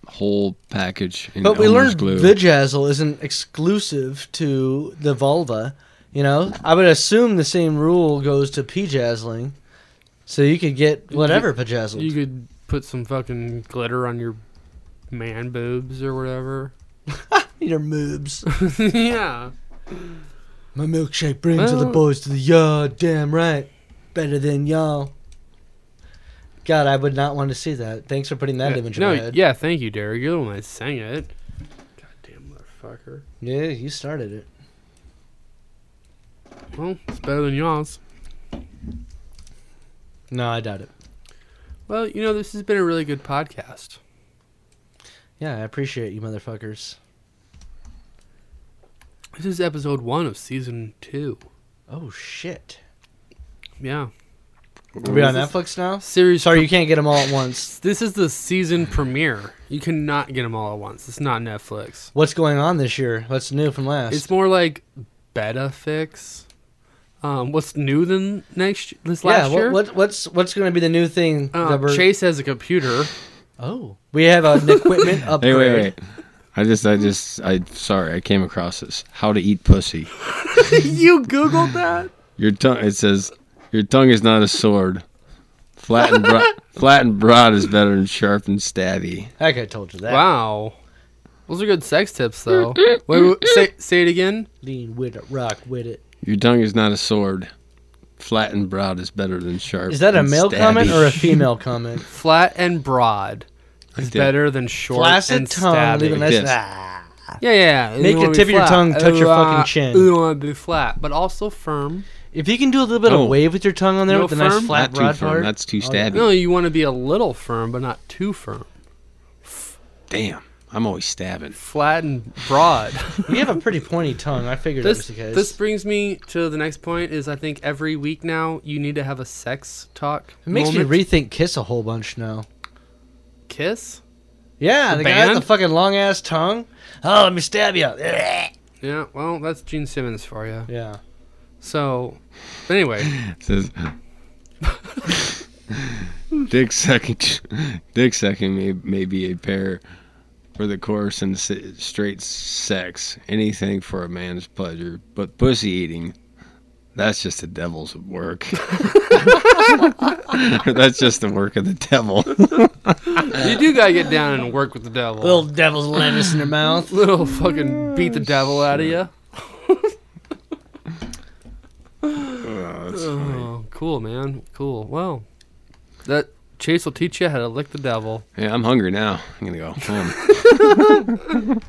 B: whole package in
C: But we
B: Elmer's
C: learned
B: glue.
C: the jazzle isn't exclusive to the vulva. You know, I would assume the same rule goes to pejazzling. So you could get whatever pejazzled.
A: You could put some fucking glitter on your man boobs or whatever. [LAUGHS]
C: Your moobs.
A: yeah.
C: My milkshake brings all the
A: Well-
C: boys to the yard. Damn right, better than y'all. God, I would not want to see that. Thanks for putting that
A: Yeah,
C: image in
A: no,
C: my head.
A: yeah, thank you, Derek. You're the one that sang it. Goddamn motherfucker.
C: yeah, you started it.
A: Well, it's better than yours.
C: No, I doubt it.
A: Well, you know, this has been a really good podcast.
C: Yeah, I appreciate you, motherfuckers.
A: This is episode one of season two.
C: Oh shit.
A: Yeah.
C: Are we on
A: This is-
C: Netflix now?
A: Series.
C: Sorry, you can't get them all at once.
A: This is the season premiere. You cannot get them all at once. It's not Netflix.
C: What's going on this year? What's new from last?
A: It's more like Beta Fix, Um, what's new than next this last
C: yeah, what,
A: year?
C: what, what's what's going to be the new thing?
A: Um,
C: that we're-
A: Chase has a computer.
C: Oh, we have an equipment
B: Hey,
C: upgrade.
B: wait, wait. I just, I just, I. Sorry, I came across this. How to eat pussy.
A: [LAUGHS] you googled that?
B: Your tongue. It says your tongue is not a sword. Flat and
C: [LAUGHS]
B: broad, flat and broad is better than sharp and stabby.
C: I could have told you
A: [LAUGHS]
C: that.
A: Wow. Those are good sex tips,
C: [LAUGHS]
A: though. wait, wait, say, say it again.
C: Lean with it, rock with it.
B: Your tongue is not a sword. Flat and broad is better than sharp.
C: Is that a
B: and
C: male
B: stabby.
C: comment or a female comment?
A: Flat and broad is
B: Like that.
A: better than short
C: Flaccid
A: and
C: tongue, leave a
A: stabby.
C: nice.
B: Yes.
C: Ah.
A: Yeah, yeah. yeah.
C: Make
A: You wanna
C: the
A: be
C: tip of your
A: flat.
C: tongue touch your
A: Uh,
C: fucking chin.
A: You want to be flat, but also firm.
C: If you can do a little bit
B: Oh.
C: of wave with your tongue on there
A: No
C: with a nice
A: firm?
C: flat
B: Not too
C: broad
B: firm.
C: part,
B: That's too
C: Oh, yeah.
B: stabby.
A: No, you want to be a little firm, but not too firm.
B: Damn, I'm always stabbing.
A: Flat and
C: [LAUGHS]
A: broad.
C: you have a pretty pointy tongue. I figured that
A: this
C: was the case.
A: this brings me to the next point. Is I think every week now you need to have a sex talk.
C: it makes
A: moment.
C: me rethink kiss a whole bunch now.
A: kiss.
C: Yeah,
A: The
C: the, guy with
A: band?
C: the fucking long ass tongue. Oh, let me stab you. Yeah.
A: Yeah, well, that's Gene Simmons for you. So, but [LAUGHS] anyway,
B: It says, dick sucking, dick sucking may, may be a pair for the course and si- straight sex, anything for a man's pleasure, but pussy eating, that's just the devil's work. [LAUGHS] that's just the work of
A: [LAUGHS]
B: the devil. [LAUGHS]
A: you do gotta get down and work with the devil.
C: Little devil's lettuce in their mouth.
A: Little fucking beat the devil out of you.
B: Oh, that's funny.
A: Oh, cool, man. Cool. Well, that Chase will teach you how to lick the devil.
B: Yeah, I'm hungry now. I'm gonna go home.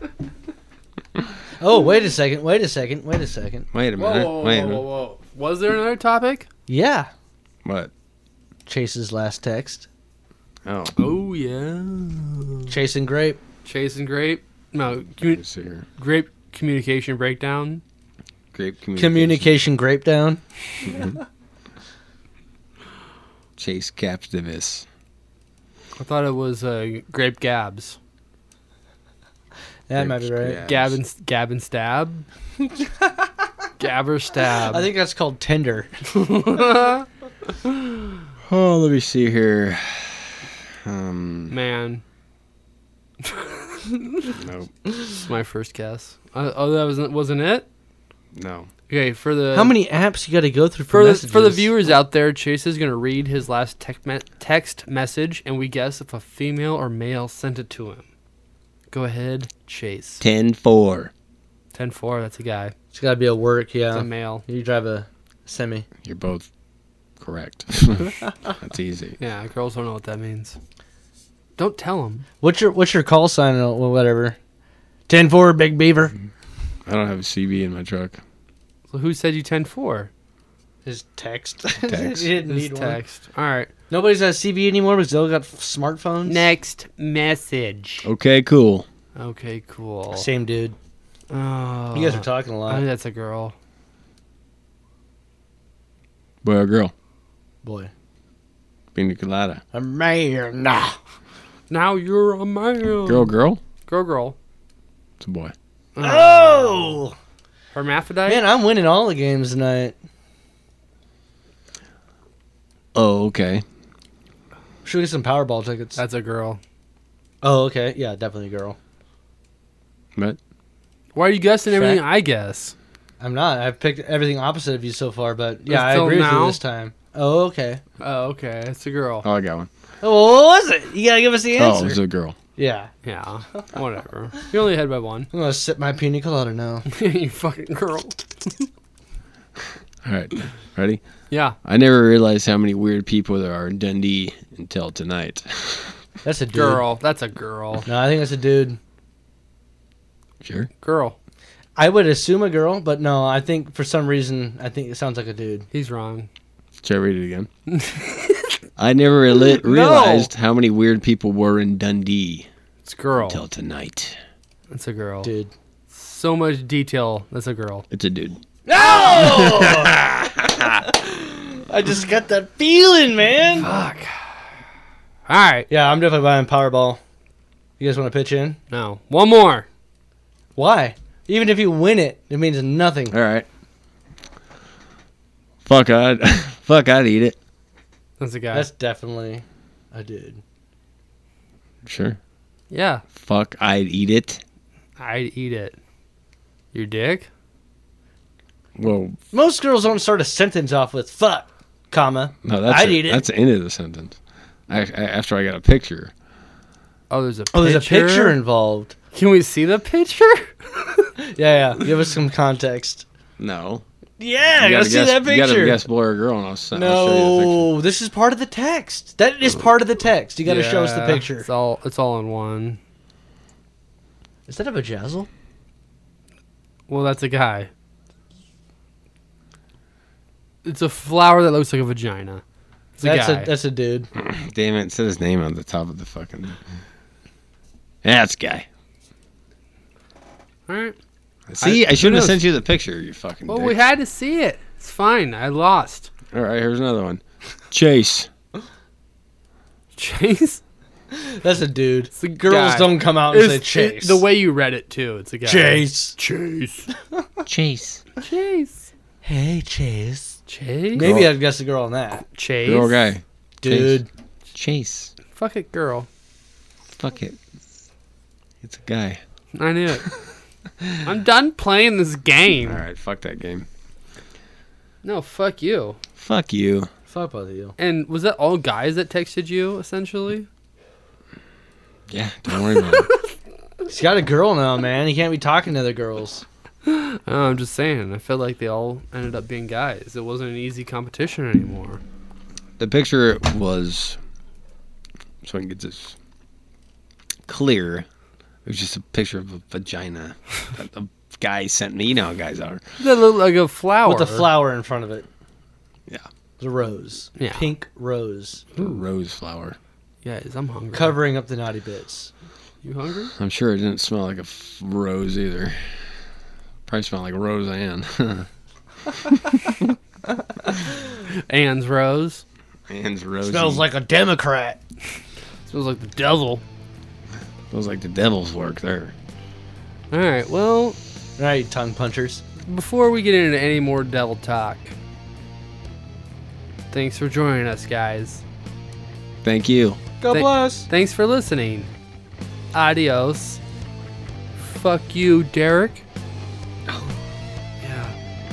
C: Oh, wait a second. Wait a second. Wait a second.
B: Wait a minute. Wait a minute.
A: whoa. Was there another topic?
C: Yeah.
B: What?
C: Chase's last text.
B: Oh,
A: Oh yeah.
C: Chasing grape.
A: Chase and grape. No,
B: let me
A: commu-
B: see here.
A: grape communication breakdown.
B: Grape communication.
C: Communication grape down.
B: Chase captivus.
A: I thought it was uh, grape gabs.
C: That
B: Grape
C: might be right.
B: scrap.
A: Gab and gab and [LAUGHS] stab. Gab or stab. [LAUGHS]
C: I think that's called Tinder.
B: Oh, let me see here. Um,
C: [LAUGHS]
A: man.
B: no,
A: It's my first guess. Uh, oh, that wasn't wasn't it?
B: no.
A: Okay, for the
C: How many apps you got to go through for,
A: for the, for the
C: messages?
A: viewers out there, Chase is gonna read his last tech me- text message, and we guess if a female or male sent it to him. Go ahead, Chase.
B: 10 4.
A: Ten four. That's a guy.
C: It's got to be a work,
A: That's a
C: yeah. [LAUGHS]
A: male.
C: You drive a semi.
B: You're both correct. [LAUGHS] That's easy.
A: Yeah, girls don't know what that means. Don't tell them.
C: What's your what's your call sign or whatever? Ten four, Big Beaver.
B: I don't have a CB in my truck.
A: So who said you ten four?
C: His text. [LAUGHS]
B: Text.
C: he didn't
A: This
C: need one.
A: text. All right.
C: Nobody's on CB anymore because they all got f- smartphones.
A: Next message.
B: Okay, cool.
A: Okay, cool.
C: Same dude.
A: Oh,
C: You guys are talking a
A: I think
C: lot.
A: that's a girl.
B: Boy or girl?
C: Boy.
B: Pina colada.
C: A man. Nah.
A: Now you're a man.
B: Girl, girl?
A: girl, girl.
B: It's a boy.
A: Uh,
C: Oh!
A: Hermaphrodite.
C: Man, I'm winning all the games tonight.
B: Oh, okay.
C: Should we get some Powerball tickets?
A: That's a girl.
C: oh, okay. Yeah, definitely girl.
B: But
A: Why are you guessing
C: Shrek?
A: everything I guess?
C: I'm not. I've picked everything opposite of you so far, but yeah, I
A: Until
C: agree with
A: now.
C: you this time. Oh, okay.
A: Oh, okay. It's a girl.
B: oh, I got one.
C: Oh, what was it? You gotta give us the
B: Oh,
C: answer.
B: it's a girl.
C: yeah.
A: Yeah. Whatever. You only had by one. [LAUGHS]
C: I'm gonna sip my pina colada now.
A: you fucking girl.
B: All right, ready?
A: Yeah.
B: I never realized how many weird people there are in Dundee until tonight. [LAUGHS]
C: That's a dude.
A: Girl. That's a girl.
C: No, I think that's a dude.
B: Sure.
A: Girl.
C: I would assume a girl, but no, I think for some reason, I think it sounds like a dude.
A: He's wrong. [LAUGHS]
B: Should I read it again? I never reali- realized how many weird people were in Dundee
A: It's a girl.
B: until tonight.
A: It's a girl.
C: Dude.
A: So much detail. That's a girl.
B: It's a dude.
C: [LAUGHS] No! I just got that feeling, man.
A: Fuck. All right.
C: Yeah, I'm definitely buying Powerball. You guys want to pitch in?
A: Now one more.
C: Why? Even if you win it, it means nothing.
B: All right. Fuck, I'd [LAUGHS] fuck, I'd eat it.
A: That's a guy.
C: That's definitely a dude.
B: Sure.
A: yeah,
B: Fuck, I'd eat it.
A: I'd eat it. Your dick?
B: Well,
C: Most girls don't start a sentence off with "fuck," comma.
B: no, that's
C: I'd
B: a-
C: eat it.
B: That's the end of the sentence. I, I, after I got a picture.
A: Oh, there's a
C: Oh, there's a picture involved.
A: Can we see the picture?
C: Yeah, yeah. Give us some context.
B: No,
C: Yeah,
B: you
C: go
B: gotta
C: see
B: guess,
C: that
B: You gotta
C: picture.
B: guess boy or girl, and I'll, s- I'll show you the
C: no, this is part of the text. That is part of the text. [LAUGHS] You got to show us the
A: Yeah,
C: picture.
A: It's all it's all in one.
C: Is that a vajazzle?
A: Well, that's a guy. It's a flower that looks like a vagina. It's a
C: That's
A: guy.
C: a that's a dude.
B: picture. Damn it! it Said his name on the top of the fucking. That's guy.
A: all right.
B: See, I,
A: who
B: shouldn't have
A: knows?
B: sent you the picture. You fucking.
A: Well,
B: dick.
A: we had to see it. It's fine. I lost. [LAUGHS]
B: All right, here's another one. Chase.
A: Chase.
C: That's a dude.
A: It's a
C: Girls
A: guy.
C: don't come out and say
A: It's- it-
C: chase.
A: the way you read it too. It's a guy.
C: Chase. [LAUGHS]
A: Chase.
B: Chase.
A: Chase.
C: Hey Chase.
A: Chase.
C: Maybe
B: Girl.
C: I'd guess a girl on that.
A: Chase.
B: Girl, or guy.
C: Dude.
B: Chase.
A: Fuck it, girl.
B: Fuck it. It's a guy.
A: I knew it. I'm done playing
C: [LAUGHS]
A: this game.
B: All right, fuck that game.
A: No, fuck you.
B: Fuck you.
C: Fuck both of you.
A: And was that all guys that texted you essentially?
B: Yeah, don't worry about it.
C: He's got a girl now, man. He can't be talking to other girls.
A: Oh, I'm just saying. I felt like they all ended up being guys. It wasn't an easy competition anymore.
B: [LAUGHS] The picture was, so I can get this clear. It was just a picture of a vagina. that a guy sent me. You know how guys are.
A: They look like a flower.
C: With a flower in front of it.
B: Yeah.
C: The rose.
A: Yeah.
C: Pink rose.
B: Rose flower.
A: Yes, I'm hungry.
C: Covering up the naughty bits.
A: You hungry?
B: I'm sure it didn't smell like a f- rose either. Probably smelled like Roseanne. [LAUGHS]
A: Anne's rose
B: Anne's rose.
C: a Democrat.
A: smells like the devil.
B: smells like the devil's work there.
A: All right. Well,
C: All right, tongue punchers.
A: before we get into any more devil talk, thanks for joining us, guys.
B: Thank you.
C: God
A: Thank-
C: bless.
A: Thanks for listening. Adios. Fuck you, Derek. Yeah.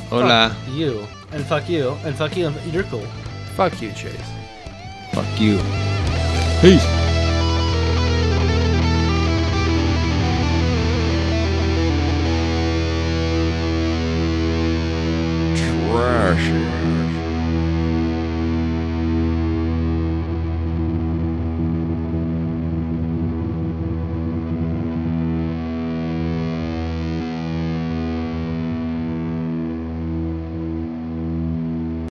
B: Hola.
C: Fuck you. And fuck you. And fuck you. And you're cool.
A: Fuck you, Chase.
B: Fuck you. Peace.
D: Trash.